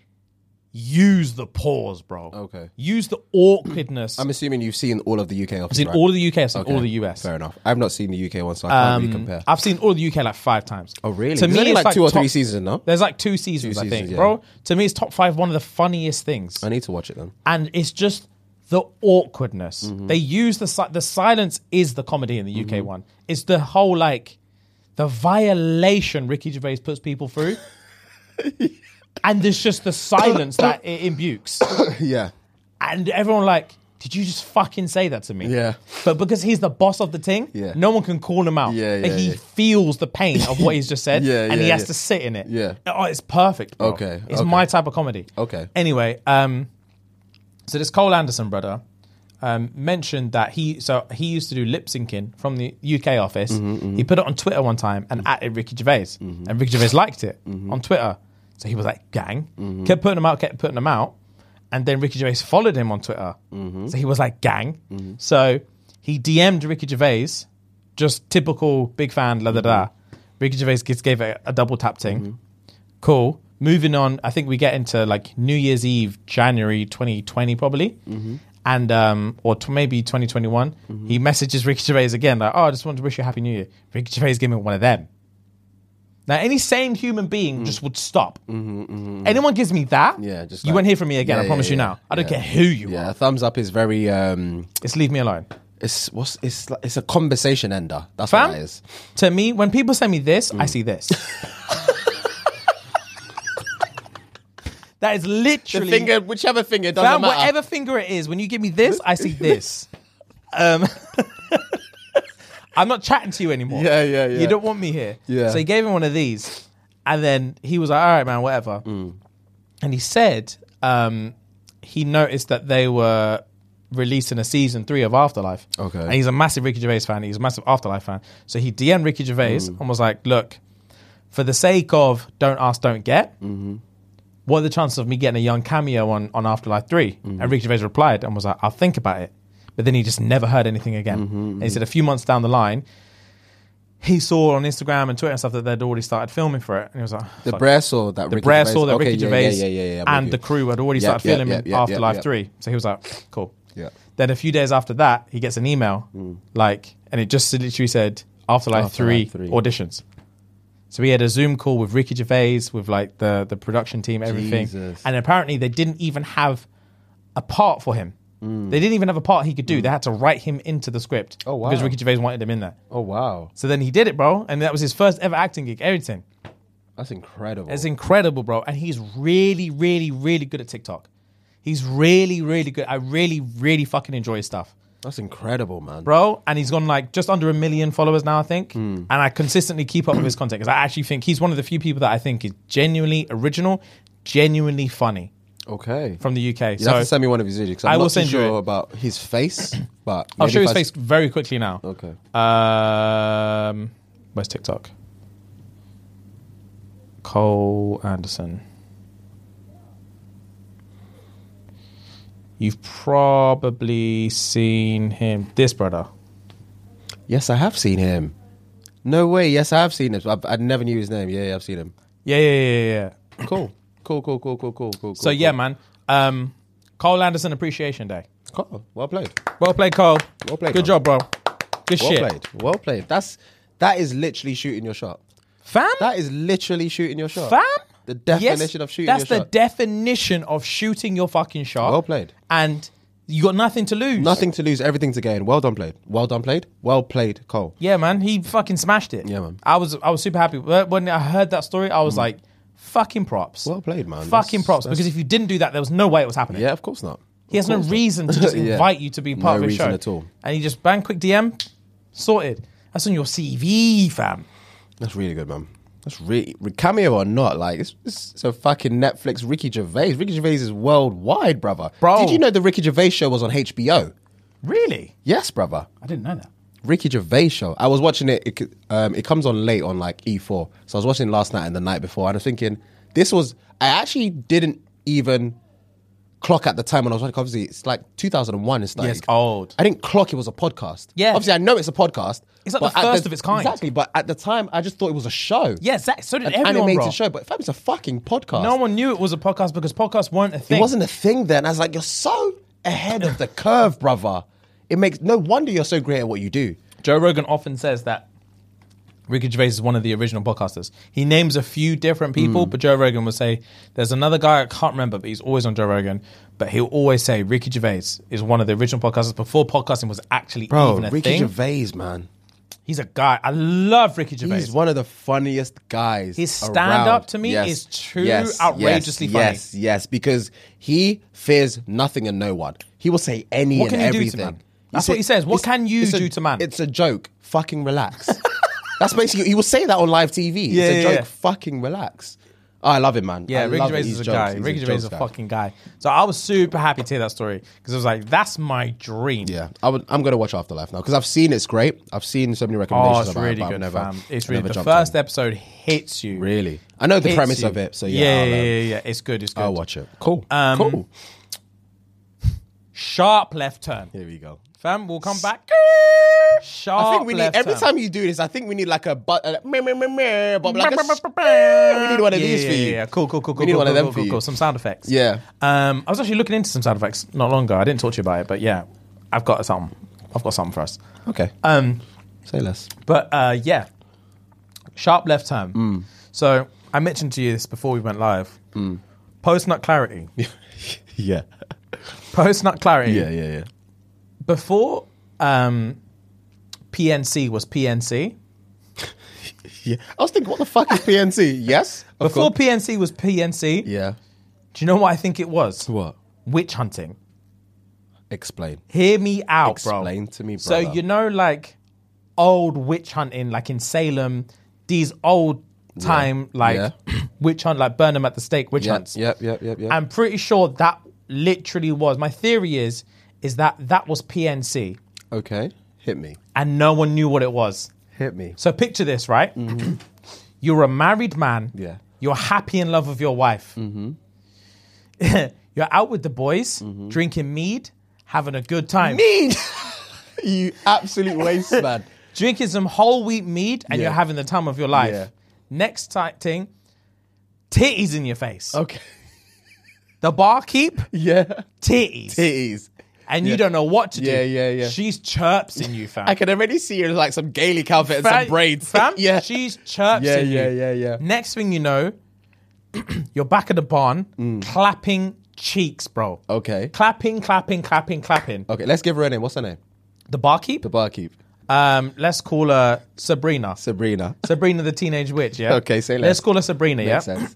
use the pause, bro. Okay. Use the awkwardness. I'm assuming you've seen all of the UK office. I've seen right? all of the UK, I've seen all Okay. the US. Fair enough. I've not seen the UK one, so I can't really Um, compare. I've seen all the UK like five times. Oh, really? To There's me, only it's like two or three top- seasons, no? There's like two seasons, Two I think, seasons, yeah. bro. To me, it's top five, one of the funniest things, [laughs] I need to watch it then. and it's just the awkwardness. Mm-hmm. They use the si- the silence is the comedy in the UK one. It's the whole like the violation Ricky Gervais puts people [laughs] through. and there's just the silence that it imbutes. yeah. And everyone like, did you just fucking say that to me? Yeah. But because he's the boss of the thing, Yeah. no one can call him out. Yeah, Like, yeah, he yeah. feels the pain of what he's just said, [laughs] Yeah, and he yeah, has yeah. to sit in it. Yeah. Oh, it's perfect. bro. Okay, It's okay. my type of comedy. Okay. Anyway, um, so this Cole Anderson brother um, mentioned that he so he used to do lip syncing from the UK office. He put it on Twitter one time and added Ricky Gervais, and Ricky Gervais liked it on Twitter. So he was like, "Gang," kept putting them out, kept putting them out, and then Ricky Gervais followed him on Twitter. So he was like, "Gang." So he DM'd Ricky Gervais, just typical big fan, la da da. Mm-hmm. Ricky Gervais gives- gave it a double tap ting cool. Moving on, I think we get into like New Year's Eve, January 2020, probably, Mm-hmm. and um, or t- maybe 2021. He messages Ricky Gervais again, like, "Oh, I just wanted to wish you a happy New Year." Ricky Gervais gave me one of them. Now, any sane human Mm. being just would stop. Anyone gives me that, Mm-hmm, Yeah, just you like- won't hear from me again. Yeah, I yeah, promise you yeah. now. I don't Yeah. care who you Yeah, are. a thumbs up is very um Just leave me alone. it's what's it's like it's a conversation ender. That's Fam? what that is. To me, when people send me this, Mm. I see [laughs] this. that is literally whichever finger it Fam, whatever finger it is, when you give me this, I see [laughs] this. Um, [laughs] I'm not chatting to you anymore. Yeah, yeah, yeah. You don't want me here. Yeah. So he gave him one of these, and then he was like, "All right, man, whatever." Mm. And he said um, he noticed that they were releasing a season three of Afterlife. Okay. And he's a massive Ricky Gervais fan. He's a massive Afterlife fan. So he DM'd Ricky Gervais Mm. and was like, "Look, for the sake of don't ask, don't get." what are the chances of me getting a young cameo on, on Afterlife 3? And Ricky Gervais replied and was like, I'll think about it. But then he just never heard anything again. And he said a few months down the line, he saw on Instagram and Twitter and stuff that they'd already started filming for it. And he was like, The fuck. Brer saw that the Ricky Brad Gervais- saw that okay, Ricky yeah, Gervais yeah, yeah, yeah, yeah, I'm and with the you. crew had already Yeah, started yeah, filming yeah, yeah, Afterlife yeah. 3. So he was like, cool. Yeah. Hmm. Then a few days after that, he gets an email, like, and it just literally said Afterlife, Afterlife 3 3. auditions. So we had a Zoom call with Ricky Gervais, with like the the production team, everything, Jesus. and apparently they didn't even have a part for him. They didn't even have a part he could do. They had to write him into the script. Hmm. Oh, wow. Because Ricky Gervais wanted him in there. Oh wow. So then he did it, bro, and that was his first ever acting gig. Everything. That's incredible. It's incredible, bro. And he's really, really, really good at TikTok. He's really, really good. I really, really fucking enjoy his stuff, That's incredible, man. bro. And he's gone like just under a million followers now, I think. Hmm. And I consistently keep up with his content because I actually think he's one of the few people that I think is genuinely original, genuinely funny Okay. from the UK. You have to so send me one of his videos. I'm I not will too send you sure it. about his face, [coughs] but I'll maybe show if his I face s- very quickly now. Okay. Um, where's TikTok? Cole Anderson. You've probably seen him. This brother. Yes, I have seen him. No way. Yes, I have seen him. I've, I never knew his name. Yeah, yeah, I've seen him. Yeah, yeah, yeah, yeah. yeah. Cool. Cool, cool, cool, cool, cool, cool. So yeah, man. Um, Cole Anderson Appreciation Day. Cool. Well played. Well played, Cole. Well played, Good man. job, bro. Good Well shit, played. Well played. That's that is literally shooting your shot. fam. That is literally shooting your shot. fam. The Yes, definition of shooting That's your the shot. definition of shooting your fucking shot. Well played. And you got nothing to lose. Nothing to lose, everything to gain. Well done played. Well done played. Well played, Cole. Yeah, man, he fucking smashed it. Yeah, man. Mm. I was I was super happy Wh- when I heard that story. I was like, fucking props. Well played, man. Fucking That's- props. that's- Because if you didn't do that, there was no way it was happening. Yeah, of course not. He has no course not. reason to just [laughs] Yeah. invite you to be part No of his reason show at all. And he just bang quick DM, sorted. That's on your CV, fam. That's really good, man. That's really cameo or not, like it's, it's, it's a fucking Netflix Ricky Gervais. Ricky Gervais is worldwide, brother. Bro. did you know the Ricky Gervais show was on HBO? Really? Yes, brother. I didn't know that. Ricky Gervais show. I was watching it. It, c- um, it comes on late on like E4. So I was watching it last night and the night before, and I was thinking this was. I actually didn't even clock at the time when I was watching. Obviously, it's like 2001. It's like Yeah, it's old. I didn't clock it was a podcast. Yeah. Obviously, I know it's a podcast. It's like but the at first of its kind. Exactly. But at the time, I just thought it was a show. Yeah, exact- so did an everyone, animated bro. show. But fam, it's a fucking podcast. No one knew it was a podcast because podcasts weren't a thing. It wasn't a thing then. I was like, you're so ahead of the curve, brother. It makes no wonder you're so great at what you do. Joe Rogan often says that Ricky Gervais is one of the original podcasters. He names a few different people, Hmm. but Joe Rogan will say, "There's another guy I can't remember, but he's always on Joe Rogan." But he'll always say Ricky Gervais is one of the original podcasters before podcasting was actually Bro, even a Ricky thing. Gervais, man. He's a guy. I love Ricky Gervais. He's one of the funniest guys. His around. stand-up to me is true outrageously funny. yes, Yes, yes, because he fears nothing and no one. He will say any What can and you do to everything. man? That's what he says. What it's- can you it's a- do to man? It's a joke. [laughs] Fucking relax. That's basically he will say that on live TV. Yeah, it's a yeah, joke. yeah. Fucking relax. Oh, I love it, man. Yeah, I Ricky love Gervais it. is He's a jokes. guy. He's Ricky Gervais jokes is a guy. fucking guy. So I was super happy to hear that story because I was like, that's my dream. Yeah, I would, I'm gonna watch Afterlife now because I've seen it's great. I've seen so many recommendations Oh, it's about it, really but I've good, never, fam. It's I've really never the jumped first on. episode hits you. Really, I know the Hits premise you. of it, so yeah, yeah, yeah, I'll, um, yeah, yeah. It's good. It's good. I'll watch it. Cool, Um, cool. Sharp left turn, Here we go. fam. We'll come back. Sharp. I think we need left every turn. time you do this. I think we need like a but, uh, meh, meh, meh, meh, but like a s- we need one of yeah, these yeah, for yeah, you. Yeah, cool, cool, cool. We cool, need cool, one cool, of them cool, for cool, you. cool. Some sound effects. Yeah. Um, I was actually looking into some sound effects not long ago. I didn't talk to you about it, but yeah, I've got some. I've got something for us. Okay, Um, say less. But uh, yeah, sharp left turn. Mm. So I mentioned to you this before we went live. Post nut [laughs] clarity. Yeah. Post nut clarity. Yeah, yeah, yeah. Before um, PNC was PNC. Yeah, I was thinking, what the fuck is PNC? yes, of Before course. PNC was PNC. Yeah. Do you know what I think it was? What? Witch hunting. Explain. Hear me out, bro. Explain to me, So brother. you know, like old witch hunting, like in Salem, these old time like [clears throat] witch hunt, like burn them at the stake witch Yep, hunts. yep, yep, yep, yep. I'm pretty sure that literally was. My theory is is that that was PNC okay, hit me. and no one knew what it was. Hit me. So picture this, right? You're a married man. Mm-hmm. Yeah. Mm-hmm. You're happy in love with your wife. [laughs] You're out with the boys, drinking mead, having a good time. Mead. [laughs] you absolute [laughs] waste man. drinking some whole wheat mead and Yeah. you're having the time of your life. Yeah. Next ti- thing, titties in your face. Okay. The barkeep, Yeah. titties. Titties. and you don't know what to do. Yeah, yeah, yeah. She's chirps in you, fam. I can already see her in, like some Gaelic outfit and Fam- some braids. Fam, [laughs] yeah. She's chirps Yeah, in you. yeah, yeah, yeah. Next thing you know, [clears throat] you're back at the barn, Mm. clapping cheeks, bro. Okay. Clapping, clapping, clapping, clapping. Okay. Let's give her a name. What's her name? The barkeep, Oh. The barkeep. um, let's call her Sabrina. Sabrina. Sabrina the teenage witch, yeah? [laughs] Okay, say Let's less. call her Sabrina, yeah? Makes sense.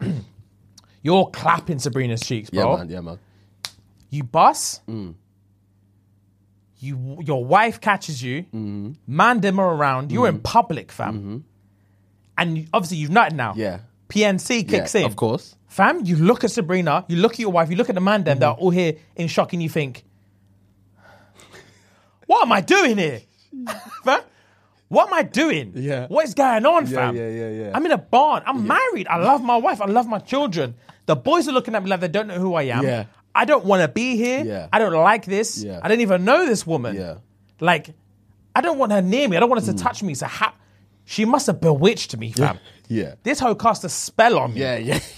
You're clapping Sabrina's cheeks, Yeah, bro. man. Mm. Yeah, man. You bus. You your wife catches you. Mm-hmm. Man them are around. You're in public, fam. And you- obviously you've nutted now. Yeah. PNC Yeah, kicks in. Of course. Fam, you look at Sabrina, you look at your wife, you look at the man them, they're Mm-hmm. all here in shock, and you think, What am I doing [laughs] here? fam? What am I doing? Yeah. What is going on, fam? yeah, yeah, yeah. I'm in a barn. I'm married. I love my wife. I love my children. The boys are looking at me like they don't know who I am. Yeah. I don't want to be here. Yeah. I don't like this. Yeah. I don't even know this woman. Yeah. Mm. Like, I don't want her near me. I don't want her to touch me. So ha- she must have bewitched me, fam. Yeah. This hoe cast a spell on me. Yeah, yeah. [laughs]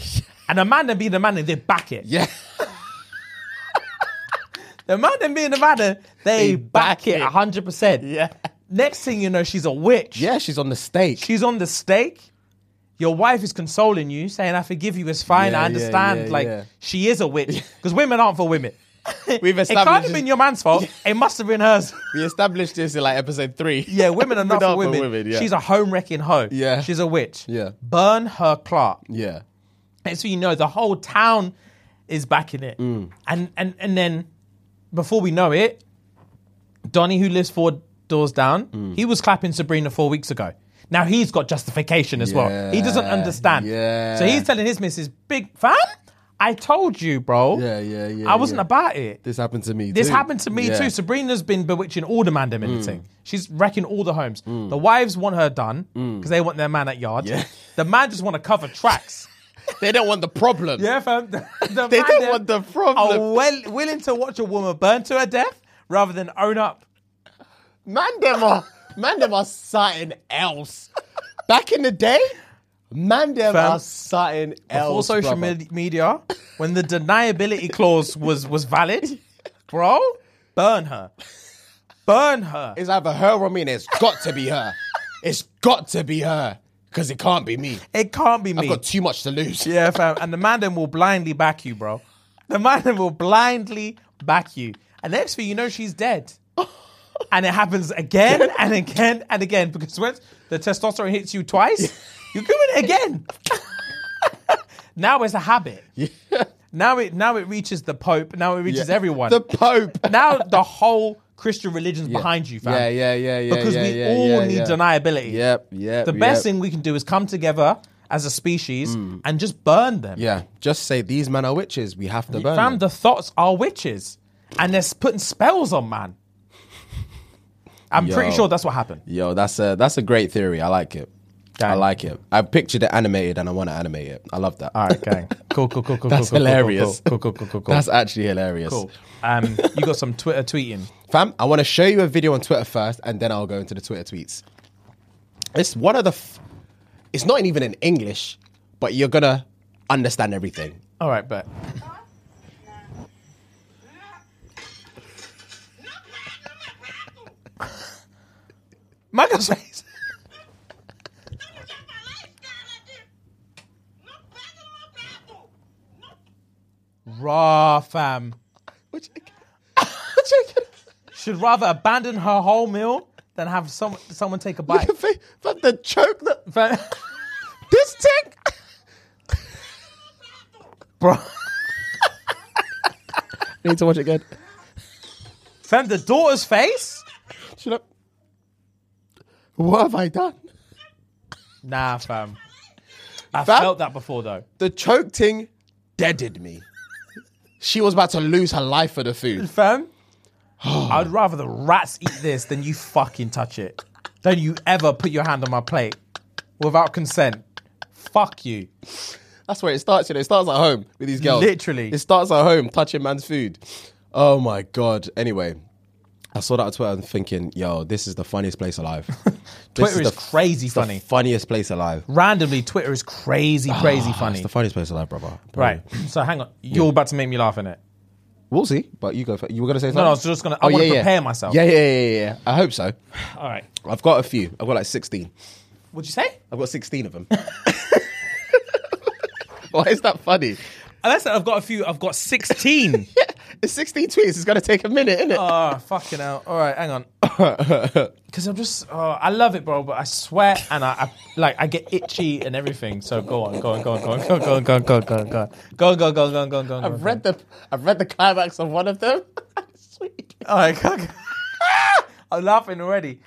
And the man then being the man, and they back it. Yeah. The man then being the man, and they, back, back it it. 100%. Yeah. Next thing you know, she's a witch. Yeah, she's on the stake. She's on the stake. Your wife is consoling you, saying, I forgive you, it's fine, Yeah, I yeah, understand. yeah, like, yeah. she is a witch. Because women aren't for [laughs] women. We've It can't have established been your man's fault. It must have been [laughs] hers. we established this in like episode three. Yeah, women are not We're for women. yeah. She's a home wrecking hoe. Yeah. She's a witch. Yeah. Burn her clerk. yeah. And so you know the whole town is backing it. Mm. And and and then before we know it, Donnie, who lives four doors down, Mm. he was clapping Sabrina four weeks ago. Now he's got justification as well. He doesn't Yeah, understand. yeah. So he's telling his missus, big fam, I told you, bro. Yeah, yeah, yeah, I wasn't yeah. about it. This happened to me. This too. happened to me Yeah. Mm. too. Sabrina's been bewitching all the man them in the thing. She's wrecking all the homes. The wives want her done because they want their man at yard. Yeah. The man just want to cover [laughs] tracks. They don't want the problem. Yeah, fam. um, [laughs] The, the They man don't them want the Are problem. well, willing to watch a woman burn to her death rather than own up. Man, them are man, them are something else. Back in the day, man, them Fam. are something else. All social brother. med- media, when the deniability clause was was valid, bro, burn her, burn her. It's either her or me, and it's got to be her. it's got to be her because it can't be me. It can't be I've me. got too much to lose. Yeah, fam. And the man then will blindly back you, bro. The man then will blindly back you. And next thing you know, she's dead. And it happens again and again and again because once the testosterone hits you twice, you're doing it again. [laughs] now it's a habit. Now it now it reaches the Pope. Now it reaches everyone. The Pope. now the whole Christian religion's behind you, fam. Yeah, yeah, yeah, yeah. Because yeah, we yeah, all yeah, need yeah. deniability. Yep, yep. The yep. best thing we can do is come together as a species and just burn them. Yeah, just say these men are witches. We have to burn. Fam, them. the thoughts are witches, and they're s- putting spells on man. I'm pretty Yo. sure that's what happened. Yo, that's a that's a great theory. I like it. I Gang. like it. I pictured it animated, and I want to animate it. I love that. [laughs] [laughs] All right, gang. Cool, cool, cool, cool. That's cool, cool, cool, hilarious. Cool, cool, cool, cool, cool. That's actually hilarious. cool. [laughs] Um, you got some Twitter tweeting. Fam, I want to show you a video on Twitter first, and then I'll go into the Twitter tweets. It's one of the. F- it's not even in English, but you're gonna understand everything. All right, [laughs] but Michael's face. Raw fam [laughs] should rather abandon her whole meal than have some someone take a bite. But the joke that Fam- [laughs] this thing. Bro, I [laughs] need to watch it again. fam, the daughter's face. Shut up. What have I done? Nah, fam. I Fam? felt that before though. The choke thing deaded me. She was about to lose her life for the food. [sighs] Fam, I'd rather the rats eat this than you fucking touch it. Don't you ever put your hand on my plate without consent. Fuck you. That's where it starts. You know, it starts at home with these girls. Literally. it starts at home touching man's food. Oh my god. Anyway, I saw that on Twitter and thinking, yo, this is the funniest place [laughs] alive. Twitter is, the f- crazy the funny. funniest place alive. Randomly, Twitter is crazy, crazy funny. Ah, It's the funniest place alive, brother. right. So hang on. You're about to make me laugh in it. We'll see. But you go. For, you were gonna say something. Oh, No, no, I was just gonna. I want to prepare myself. Yeah, yeah, yeah, yeah, yeah. I hope so. All right. I've got a few. I've got like sixteen. What'd you say? I've got sixteen [laughs] of them. [laughs] Why is that funny? [laughs] Unless I've got a few. I've got sixteen. It's sixteen tweets. It's gonna take a minute, isn't it? Oh, fucking hell. All right, hang on. [coughs] Because I'm just, oh, I love it, bro, but I swear and I, I, like, I get itchy and everything. So go on, go on, go on, go on, go on, go on, go on, go on, go on, go on, go on, go on, go on, go on, go on. I've read the I've read the climax of one of them. [laughs] Sweet. All right, go on, go on. I'm laughing already.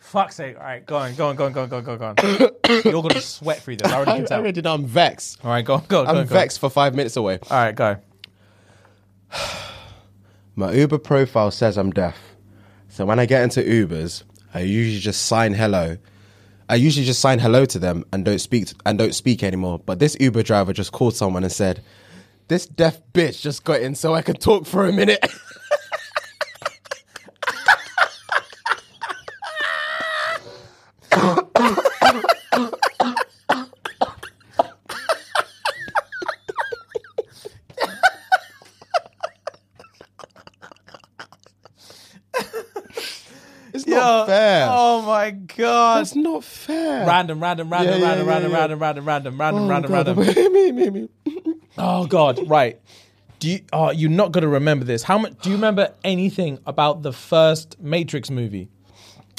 Fuck's sake. All right, go on, go on, go on, go on, go on, go on. You're [coughs] going to sweat through this. I already I, can I tell. already know I'm vexed. All right, go on, go on, go on. I'm go on. vexed for five minutes away. All right, go. My Uber profile says I'm deaf, so when I get into Ubers, I usually just sign hello. I usually just sign hello to them and don't speak and don't speak anymore. But this Uber driver just called someone and said, "This deaf bitch just got in, so I could talk for a minute." [laughs] [laughs] It's not fair. Oh, my God. That's not fair. Random, random, random, Yeah, yeah, random, yeah, random, yeah. Oh random, random, random, random, random, random. [laughs] me, me, me. Oh God, right. Do you oh you're not gonna remember this. How much do you remember anything about the first Matrix movie?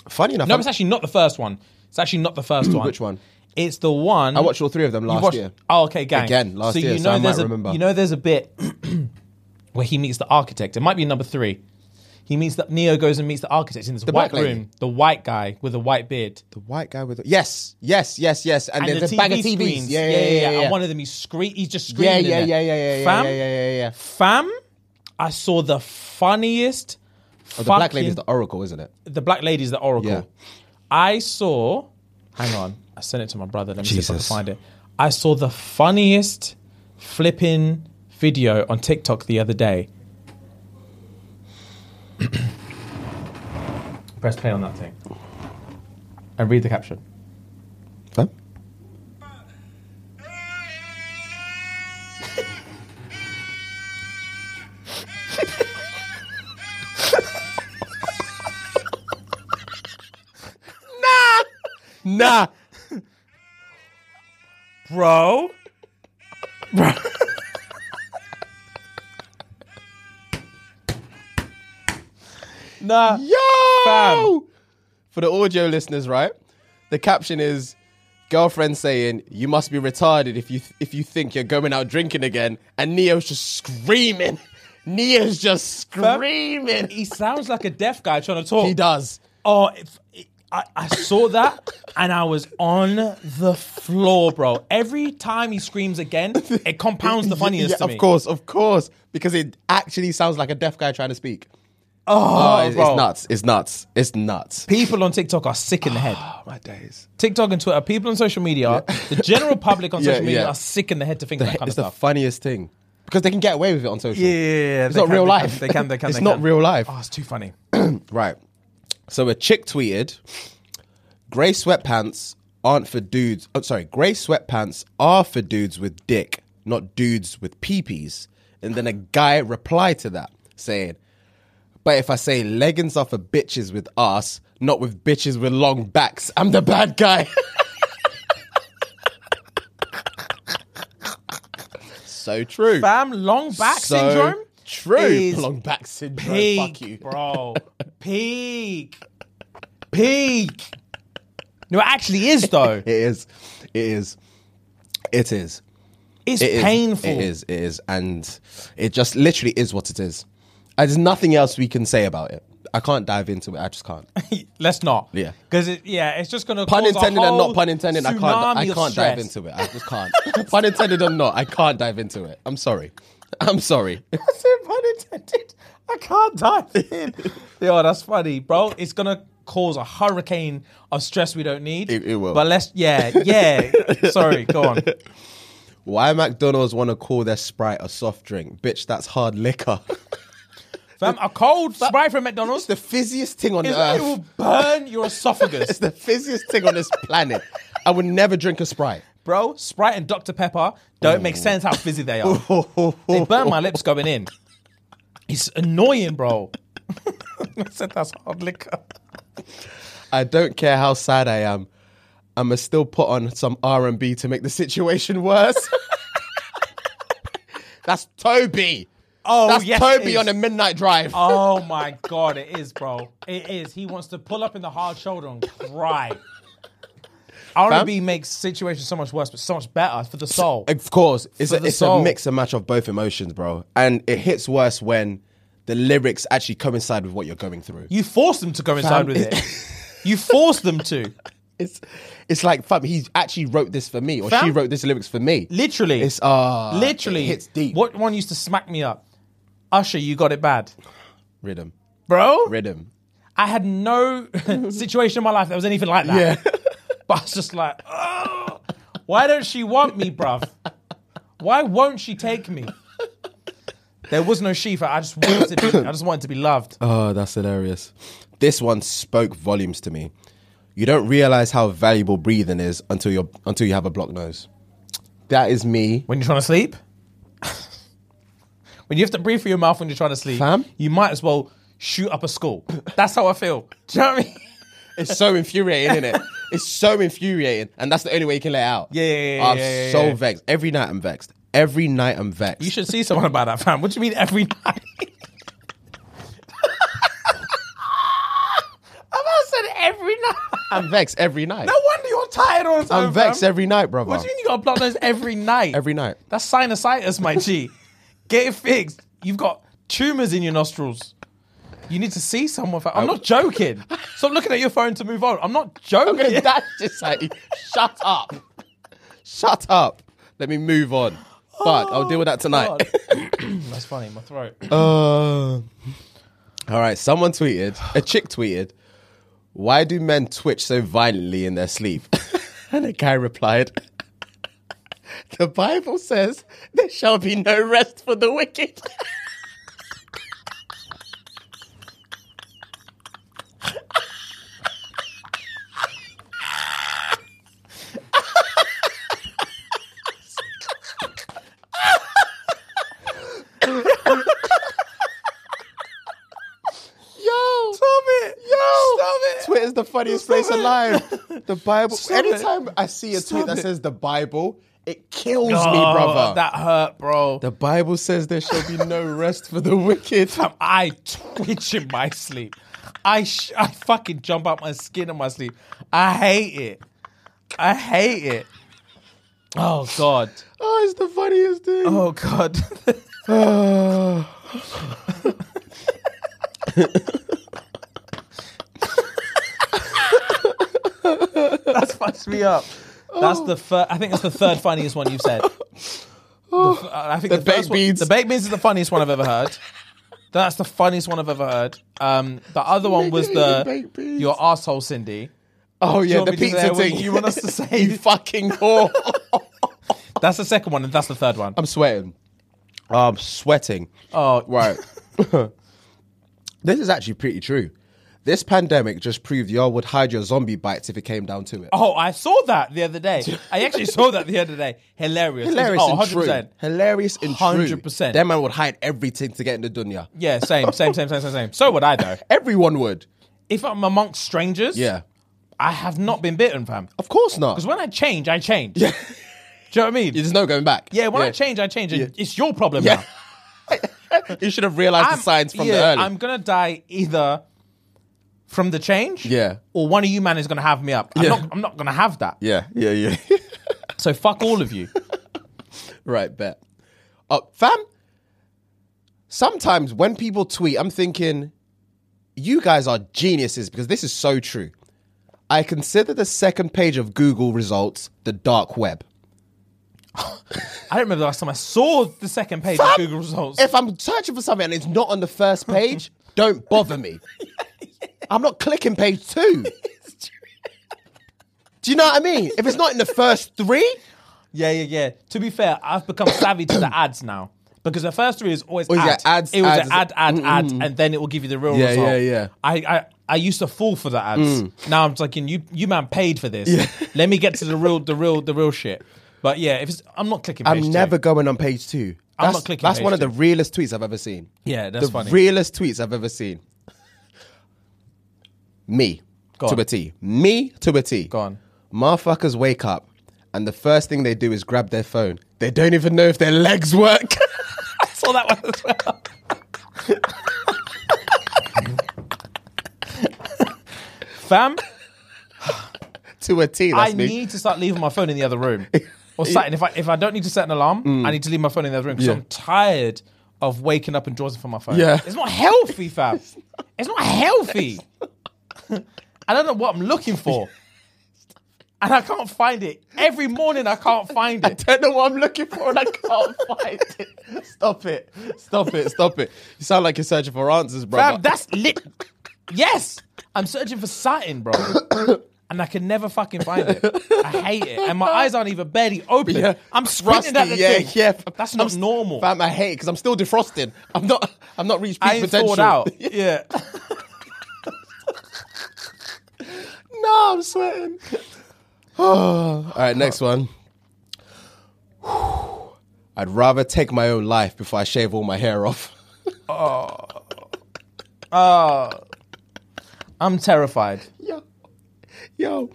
Funny enough, No, I'm- it's actually not the first one. It's actually not the [clears throat] first one. Which one? It's the one I watched all three of them last year. Oh, okay, gang. Again, last year, so I might there's a, remember. You know, there's a bit [clears throat] where he meets the architect. It might be number three. He meets the Neo goes and meets the architect in this white black lady. room. The white guy with a white beard. The white guy with the, yes, yes, yes, yes, and, and there's the TV a bag of TVs. screens. Yeah, yeah, yeah, yeah. And one of them, he's scree- He's just yeah, screaming. yeah, in yeah, there. yeah, yeah, yeah, Fam, yeah, yeah, yeah, yeah. Oh, fam, I saw the funniest. Oh, the black lady is fucking- the oracle, isn't it? the black lady is the oracle. Yeah. I saw. Hang on, I sent it to my brother. Let me see if I can Jesus. find it. I saw the funniest flipping video on TikTok the other day. [coughs] Press play on that thing and read the caption. Fam? [laughs] Nah. bro. bro. nah. Yo! Fam. For the audio listeners, right? The caption is girlfriend saying, "You must be retarded if you if you think you're going out drinking again." And Neo's just screaming. [laughs] Neo's just screaming. He sounds like a deaf guy trying to talk. He does. Oh, if, I, I saw that and I was on the floor, bro. Every time he screams again, it compounds the funniness [laughs] Yeah, to me. Of course, of course, because it actually sounds like a deaf guy trying to speak. Oh, Oh, it's, bro. it's nuts. It's nuts. It's nuts. People on TikTok are sick in the [sighs] head. Oh, my days. TikTok and Twitter, people on social media, the general public on [laughs] Yeah, social media yeah. are sick in the head to think that kind it's of the stuff. funniest thing because they can get away with it on social. yeah, It's not real life. They can, they can. [laughs] It's not real life. Oh, it's too funny. [coughs] Right. So a chick tweeted, "Gray sweatpants aren't for dudes. Oh, sorry, gray sweatpants are for dudes with dick, not dudes with peepees." And then a guy replied to that saying, "But if I say leggings are for bitches with ass, not with bitches with long backs, I'm the bad guy." [laughs] so true. Fam, long back so syndrome? True. is long back syndrome. Peak, Fuck [laughs] you. bro. Peak. Peak. No, it actually is, though. [laughs] It is. It is. It is. It's It is. painful. It is. It is. And it just literally is what it is. And there's nothing else we can say about it. I can't dive into it. I just can't. [laughs] Let's not. Yeah. Because it, yeah, it's just gonna Pun cause a intended and whole not pun intended. I can't. I tsunami of can't dive stress. [laughs] into it. I just can't. [laughs] pun intended and not. I can't dive into it. I'm sorry. I'm sorry. I said pun intended. I can't dive [laughs] in. Yo, that's funny, bro. It's gonna cause a hurricane of stress we don't need. It- it will. But let's yeah, [laughs] yeah. Sorry, go on. Why McDonald's want to call their Sprite a soft drink? Bitch, that's hard liquor. [laughs] Fam, a cold Sprite from McDonald's the fizziest thing on is- earth. it will burn your esophagus. [laughs] It's the fizziest thing on this planet. I would never drink a Sprite. Bro, Sprite and Dr. Pepper don't make sense how fizzy they are. they burn my lips going in. It's annoying, bro. [laughs] I said that's hard liquor. I don't care how sad I am. I'ma still put on some R and B to make the situation [laughs] worse. That's Toby. Oh, That's yes, it Toby is. on a midnight drive. Oh my god, it is, bro. It is. He wants to pull up in the hard shoulder and cry. R&B makes situations so much worse, but so much better for the soul. Of course, it's, For a, the it's soul. a mix and match of both emotions, bro. And it hits worse when the lyrics actually coincide with what you're going through. You force them to go inside with it. [laughs] You force them to. It's it's like fam, he actually wrote this for me, or Fam? she wrote this lyrics for me. Literally. It's ah, uh, literally. it hits deep. What one used to smack me up? Usher, you got it bad. rhythm? Bro, Rhythm. I had no [laughs] situation in my life that was anything like that. [laughs] Yeah. But I was just like, oh, why don't she want me, bruv? Why won't she take me? There was no she for I just wanted to be I just wanted to be loved. Oh, that's hilarious. This one spoke volumes to me. You don't realize how valuable breathing is until you're until you have a blocked nose. That is me. When you're trying to sleep? [laughs] when you have to breathe through your mouth when you're trying to sleep, Fam? you might as well shoot up a school. That's how I feel. Do you know what I mean? It's so [laughs] infuriating, isn't it? It's so infuriating, and that's the only way you can let it out. Yeah, yeah, yeah, I'm yeah, yeah, so yeah. vexed. Every night I'm vexed. Every night I'm vexed. You should see someone about that, fam. What do you mean every night? I've said every night. I'm vexed every night. No wonder you're tired all the time. I'm vexed fam. every night, brother. What do you mean you got a blocked nose every night? Every night. [laughs] That's sinusitis, my G. Get it fixed. You've got tumors in your nostrils. You need to see someone. fam. I'm not joking. Stop looking at your phone to move on. I'm not I'm gonna [laughs] joking. dash this at you. Shut up. Shut up. Let me move on. Fuck, I'll deal with that tonight. Oh, God. That's funny. My throat. Uh, all right, someone tweeted, a chick tweeted, why do men twitch so violently in their sleep? [laughs] and a guy replied, the Bible says there shall be no rest for the wicked. [laughs] Yo, stop it. Yo, stop it. Twitter's the funniest place alive. The Bible. Stop it. anytime I see a Stop tweet that it. says the Bible, it kills Oh, me, brother. That hurt, bro. the Bible says there shall be no [laughs] rest for the wicked. Fam, I twitch in my sleep. I sh- I fucking jump out my skin in my sleep. I hate it. I hate it. Oh god. Oh, it's the funniest thing. Oh god. [laughs] Oh. That's fucked me up. That's the first. I think that's the third funniest one you've said. The f- I think the, baked first one- beans. The baked beans is the funniest one I've ever heard. That's the funniest one I've ever heard. Um, the other one was the Baked beans. your asshole, Cindy. [sighs] Oh yeah, want the me to pizza say what thing. you want us [laughs] to say? you fucking whore. [laughs] That's the second one, and that's the third one. I'm sweating. I'm sweating. Oh, Right. [laughs] this is actually pretty true. This pandemic just proved y'all would hide your zombie bites if it came down to it. Oh, I saw that the other [laughs] day. I actually saw that the other day. Hilarious. Hilarious oh, and true. Hilarious and true. 100%. That man would hide everything to get in the dunya. Yeah, same, same, same, same, same, same. So would I [laughs] though. Everyone would. If I'm amongst strangers, Yeah. I have not been bitten, fam. Of course not. Because when I change, I change. Do you know what I mean? There's no going back. Yeah, when I change, I change. And It's your problem now. you should have realized I'm- the signs from the yeah, early. I'm gonna die either from the change, Yeah. or one of you man is gonna have me up. I'm Yeah. not. I'm not gonna have that. yeah, yeah, yeah. [laughs] So fuck all of you. right, bet. Uh, fam, sometimes when people tweet, I'm thinking, you guys are geniuses because this is so true. I consider the second page of Google results the dark web. I don't remember the last time I saw the second page of Fam, Google results. If I'm searching for something and it's not on the first [laughs] page, don't bother me. I'm not clicking page two. Do you know what I mean? If it's not in the first three, Yeah, yeah, yeah. To be fair, I've become savvy to [coughs] the ads now because the first three is always yeah, ad. Oh, ads, It was ads. an ad, ad, ad, and then it will give you the real Yeah, result. yeah, yeah. Mm. I, I, I used to fall for the ads. Now I'm thinking, you, you man paid for this. Let me get to the real, the real, the real shit. But yeah, if it's, I'm not clicking. I'm page two. never going on page two. I'm That's, not clicking That's page one of two. the realest tweets I've ever seen. Yeah, that's the funny. realest tweets I've ever seen. Me Go to on. a T. Me to a T. Go on. Motherfuckers wake up and the first thing they do is grab their phone. They don't even know if their legs work. [laughs] I [laughs] saw that one as well. [laughs] Fam, to a T. That's I me. need to start leaving my phone in the other [laughs] room. Or sat, if I if I don't need to set an alarm, I need to leave my phone in the other room because Mm. Yeah. I'm tired of waking up and drawing for my phone. Yeah. It's not healthy, [laughs] fam. it's not healthy. [laughs] I don't know what I'm looking for. And I can't find it. Every morning I can't [laughs] find it. [laughs] don't know what I'm looking for and [laughs] I can't find it. Stop it. Stop it. Stop it. You sound like you're searching for answers, brother. Fam, that's lit. Yes, I'm searching for something, [coughs] bro. And I can never fucking find it. I hate it. And my [laughs] eyes aren't even barely open. Yeah. [laughs] I'm squinting at the Rusty, yeah, thing. yeah. fam. That's I'm not st- normal. Fam, I hate it because I'm still defrosting. I'm not I'm not reached [laughs] peak I ain't potential. thawed out. Yeah. No, I'm sweating. [sighs] All right, next one. [sighs] I'd rather take my own life before I shave all my hair off. [laughs] I'm terrified. Yo, yo.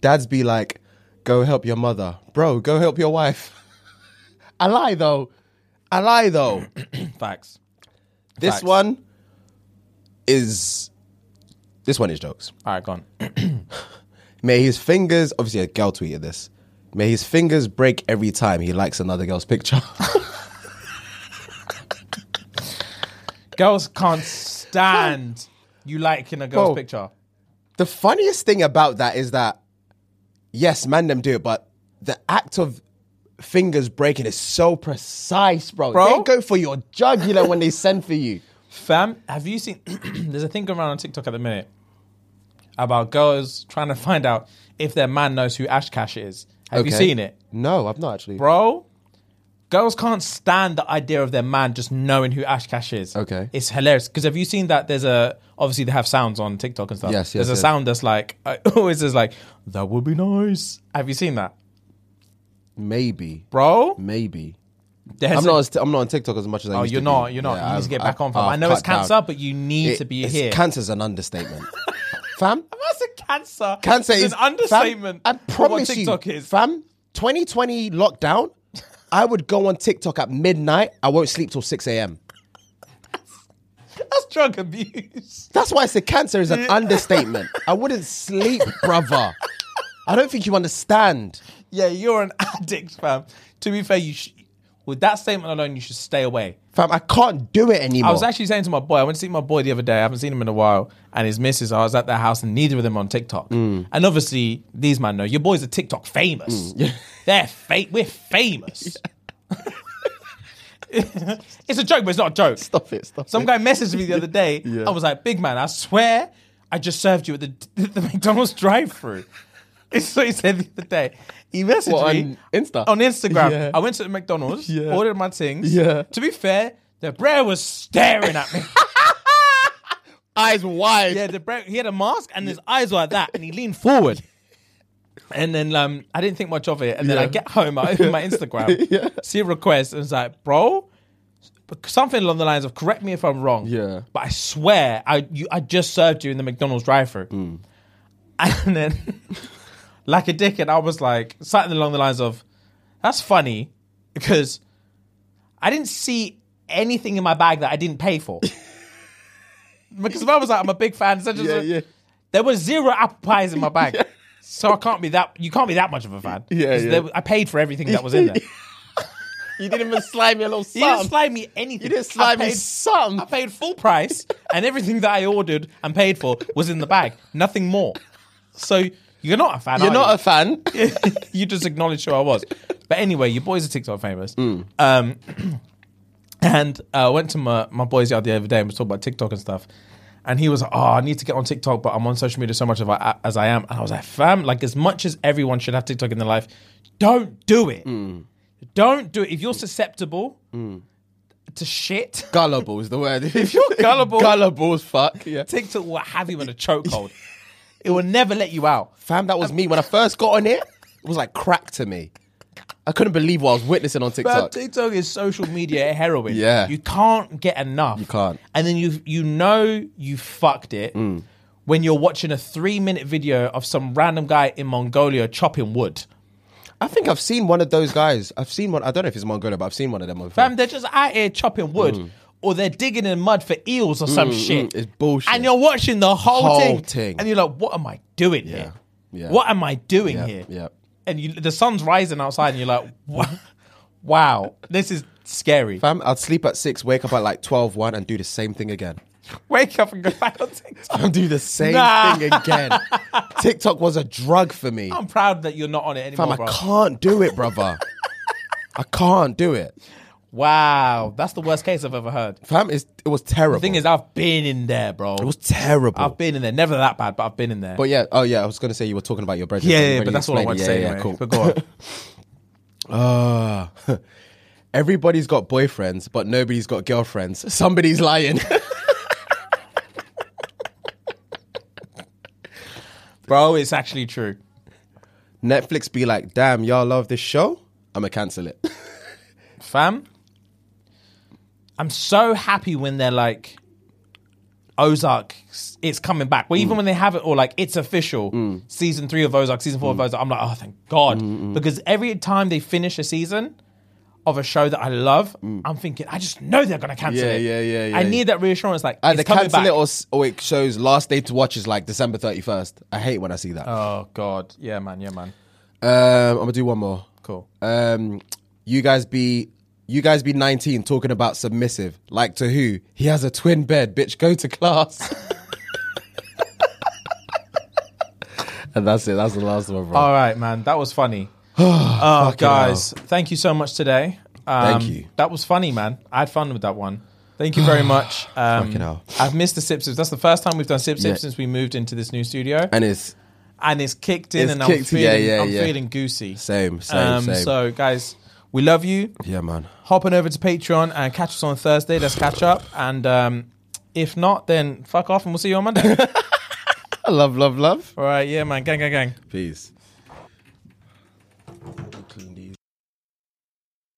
Dads be like, go help your mother. Bro, go help your wife. [laughs] I lie though. I lie [clears throat] though. Facts. this Facts. one is. This one is jokes. All right, gone. May his fingers. Obviously, a girl tweeted this. May his fingers break every time he likes another girl's picture. [laughs] Girls can't stand you liking a girl's Bro. picture. the funniest thing about that is that yes, man, them do it, but the act of fingers breaking is so precise, bro. Bro? They go for your jugular when they send [laughs] for you. Fam, have you seen? [clears throat] there's a thing going around on TikTok at the minute about girls trying to find out if their man knows who Ash Cash is. Have you Okay. seen it? No, I've not actually. bro. Girls can't stand the idea of their man just knowing who Ash Cash is. Okay. it's hilarious because have you seen that? There's a obviously they have sounds on TikTok and stuff. Yes, yes, There's a yes. sound that's like [laughs] I always is like that would be nice. Have you seen that, Maybe, bro? maybe. There's I'm a- not. As, I'm not on TikTok as much as I. Oh, used you're to not. be. You're not. Yeah, you need I've- to get back I've- on. Fam. I I've know it's cut down. cancer, but you need It- to be it's- here. [laughs] Cancer's an understatement. fam. I said cancer. Cancer is is an understatement. Fam, I of promise what you, TikTok is. fam. 2020 lockdown. I would go on TikTok at midnight. I won't sleep till 6 a.m. That's drug abuse. [laughs] That's why I said cancer is an understatement. I wouldn't sleep, brother. I don't think you understand. Yeah, you're an [laughs] addict, fam. To be fair, you sh- with that statement alone, you should stay away. Fam, I can't do it anymore. I was actually saying to my boy, I went to see my boy the other day. I haven't seen him in a while, and his missus. I was at their house, and neither of them are on TikTok. Mm. And obviously, these man know your boys are TikTok famous. [laughs] They're fake. We're [laughs] famous. [laughs] it's a joke, but it's not a joke. stop it, [laughs] stop Some guy messaged me the other [laughs] day. I was like, "Big man, I swear, I just served you at the, [laughs] the McDonald's drive-through." [laughs] It's what he said the other day. He messaged What, me on Insta? On Instagram, Yeah. I went to the McDonald's, Yeah. ordered my things. Yeah. To be fair, the bread was staring [laughs] at me. Eyes wide. yeah, the bread. He had a mask, and his eyes were like that, and he leaned [laughs] forward. And then um, I didn't think much of it. And then I Yeah. get home, I [laughs] open my Instagram, Yeah. see a request, and it's like, bro, something along the lines of correct me if I'm wrong. Yeah. But I swear, I you, I just served you in the McDonald's drive-thru. Mm. [laughs] And then, [laughs] like a dickhead, I was like something along the lines of, "That's funny," because I didn't see anything in my bag that I didn't pay [laughs] for. because if I was like, "I'm a big fan," such as Yeah, yeah. there were zero apple pies in my [laughs] bag. So I can't be that. You can't be that much of a fan. Yeah, 'Cause yeah. there- I paid for everything that was in [laughs] there. You didn't even slime your little [laughs] You didn't son. slide me anything. You didn't slime I paid- me I some. paid full [laughs] price, and everything that I ordered and paid for was in the bag. Nothing more. So you're not a fan. You're are not you? a fan. [laughs] you just acknowledged who I was. But anyway, your boys are TikTok famous. Mm. Um, [clears throat] and uh, I went to my, my boys the other day and was talking about TikTok and stuff. And he was like, oh, I need to get on TikTok, but I'm on social media so much of I, as I am. And I was like, fam, like as much as everyone should have TikTok in their life, don't do it. Mm. Don't do it. If you're susceptible to shit, [laughs] Gullible is the word. If you're gullible- gullible as fuck. Yeah. TikTok will have you in a chokehold. it will never let you out. Fam, that was me when I first got on it. It was like crack to me. I couldn't believe what I was witnessing on But TikTok. TikTok is social [laughs] media heroin. Yeah. you can't get enough. You can't. Mm. and then you you know you fucked it when you're watching a three minute video of some random guy in Mongolia chopping wood. I think I've seen one of those guys. I've seen one. I don't know if it's Mongolia, but I've seen one of them. On Fam, they're just out here chopping wood, or they're digging in mud for eels or some shit. mm, it's bullshit. And you're watching the whole, Whole thing, thing. and you're like, "What am I doing here? yeah. What am I doing Yeah, here?" yeah. And you, the sun's rising outside, and you're like, [laughs] "Wha- "Wow, this is scary." Fam, I'd sleep at six, wake up at like 12, 1 and do the same thing again. [laughs] Wake up and go back on TikTok. And do the same Nah. thing [laughs] again. TikTok was a drug for me. I'm proud that you're not on it anymore, Fam, I bro. can't do it, brother. I can't do it. Wow, that's the worst case I've ever heard. Fam, it's, it was The terrible. thing is, I've been in there, bro. it was terrible. I've been in there. Never that bad, but I've been in there. but yeah, oh yeah, I was going to say you were talking about your brethren. yeah, yeah, when but you that's all I explained want it. to say. Yeah, anyway. yeah, cool. But go [laughs] on. Ah, everybody's got boyfriends, but nobody's got girlfriends. [laughs] Somebody's lying. bro, it's actually true. Netflix be like, damn, y'all love this show? I'ma cancel it. Fam, I'm so happy when they're like, Ozark, it's coming back. Well, Mm. even when they have it all, like, it's official. Season three of Ozark, season four Mm. of Ozark. I'm like, oh, thank God. Because every time they finish a season of a show that I love, I'm thinking, I just know they're going to cancel Mm. Yeah, it. yeah, yeah, yeah. I need that reassurance. Like, Either it's coming cancel back. it or, s- or it shows last day to watch is like December 31st. I hate when I see that. Oh God, yeah, man, yeah, man. Um, I'm gonna do one more. Cool. Um, you guys be you guys be 19 talking about submissive. Like to who? He has a twin bed, bitch. Go to [laughs] class. and that's it. That's the last one, bro. All right, man, that was [sighs] funny. oh, guys, thank you so much today. Um, Thank you. That was funny, man. I had fun with that one. Thank you very [sighs] much. Um, Fucking hell. I've missed the sip sips. That's the first time we've done sip sips Yeah. since we moved into this new studio, and it's and it's kicked in, It's and I'm kicked in. feeling, Yeah, yeah, I'm yeah. feeling goosey. same, same, Um, same. So, guys, we love you. yeah, man. Hop on over to Patreon and catch us on Thursday. Let's catch up, and um, if not, [laughs] then fuck off, and we'll see you on Monday. Love, love, love. All right, yeah, man, gang, gang, gang. Peace.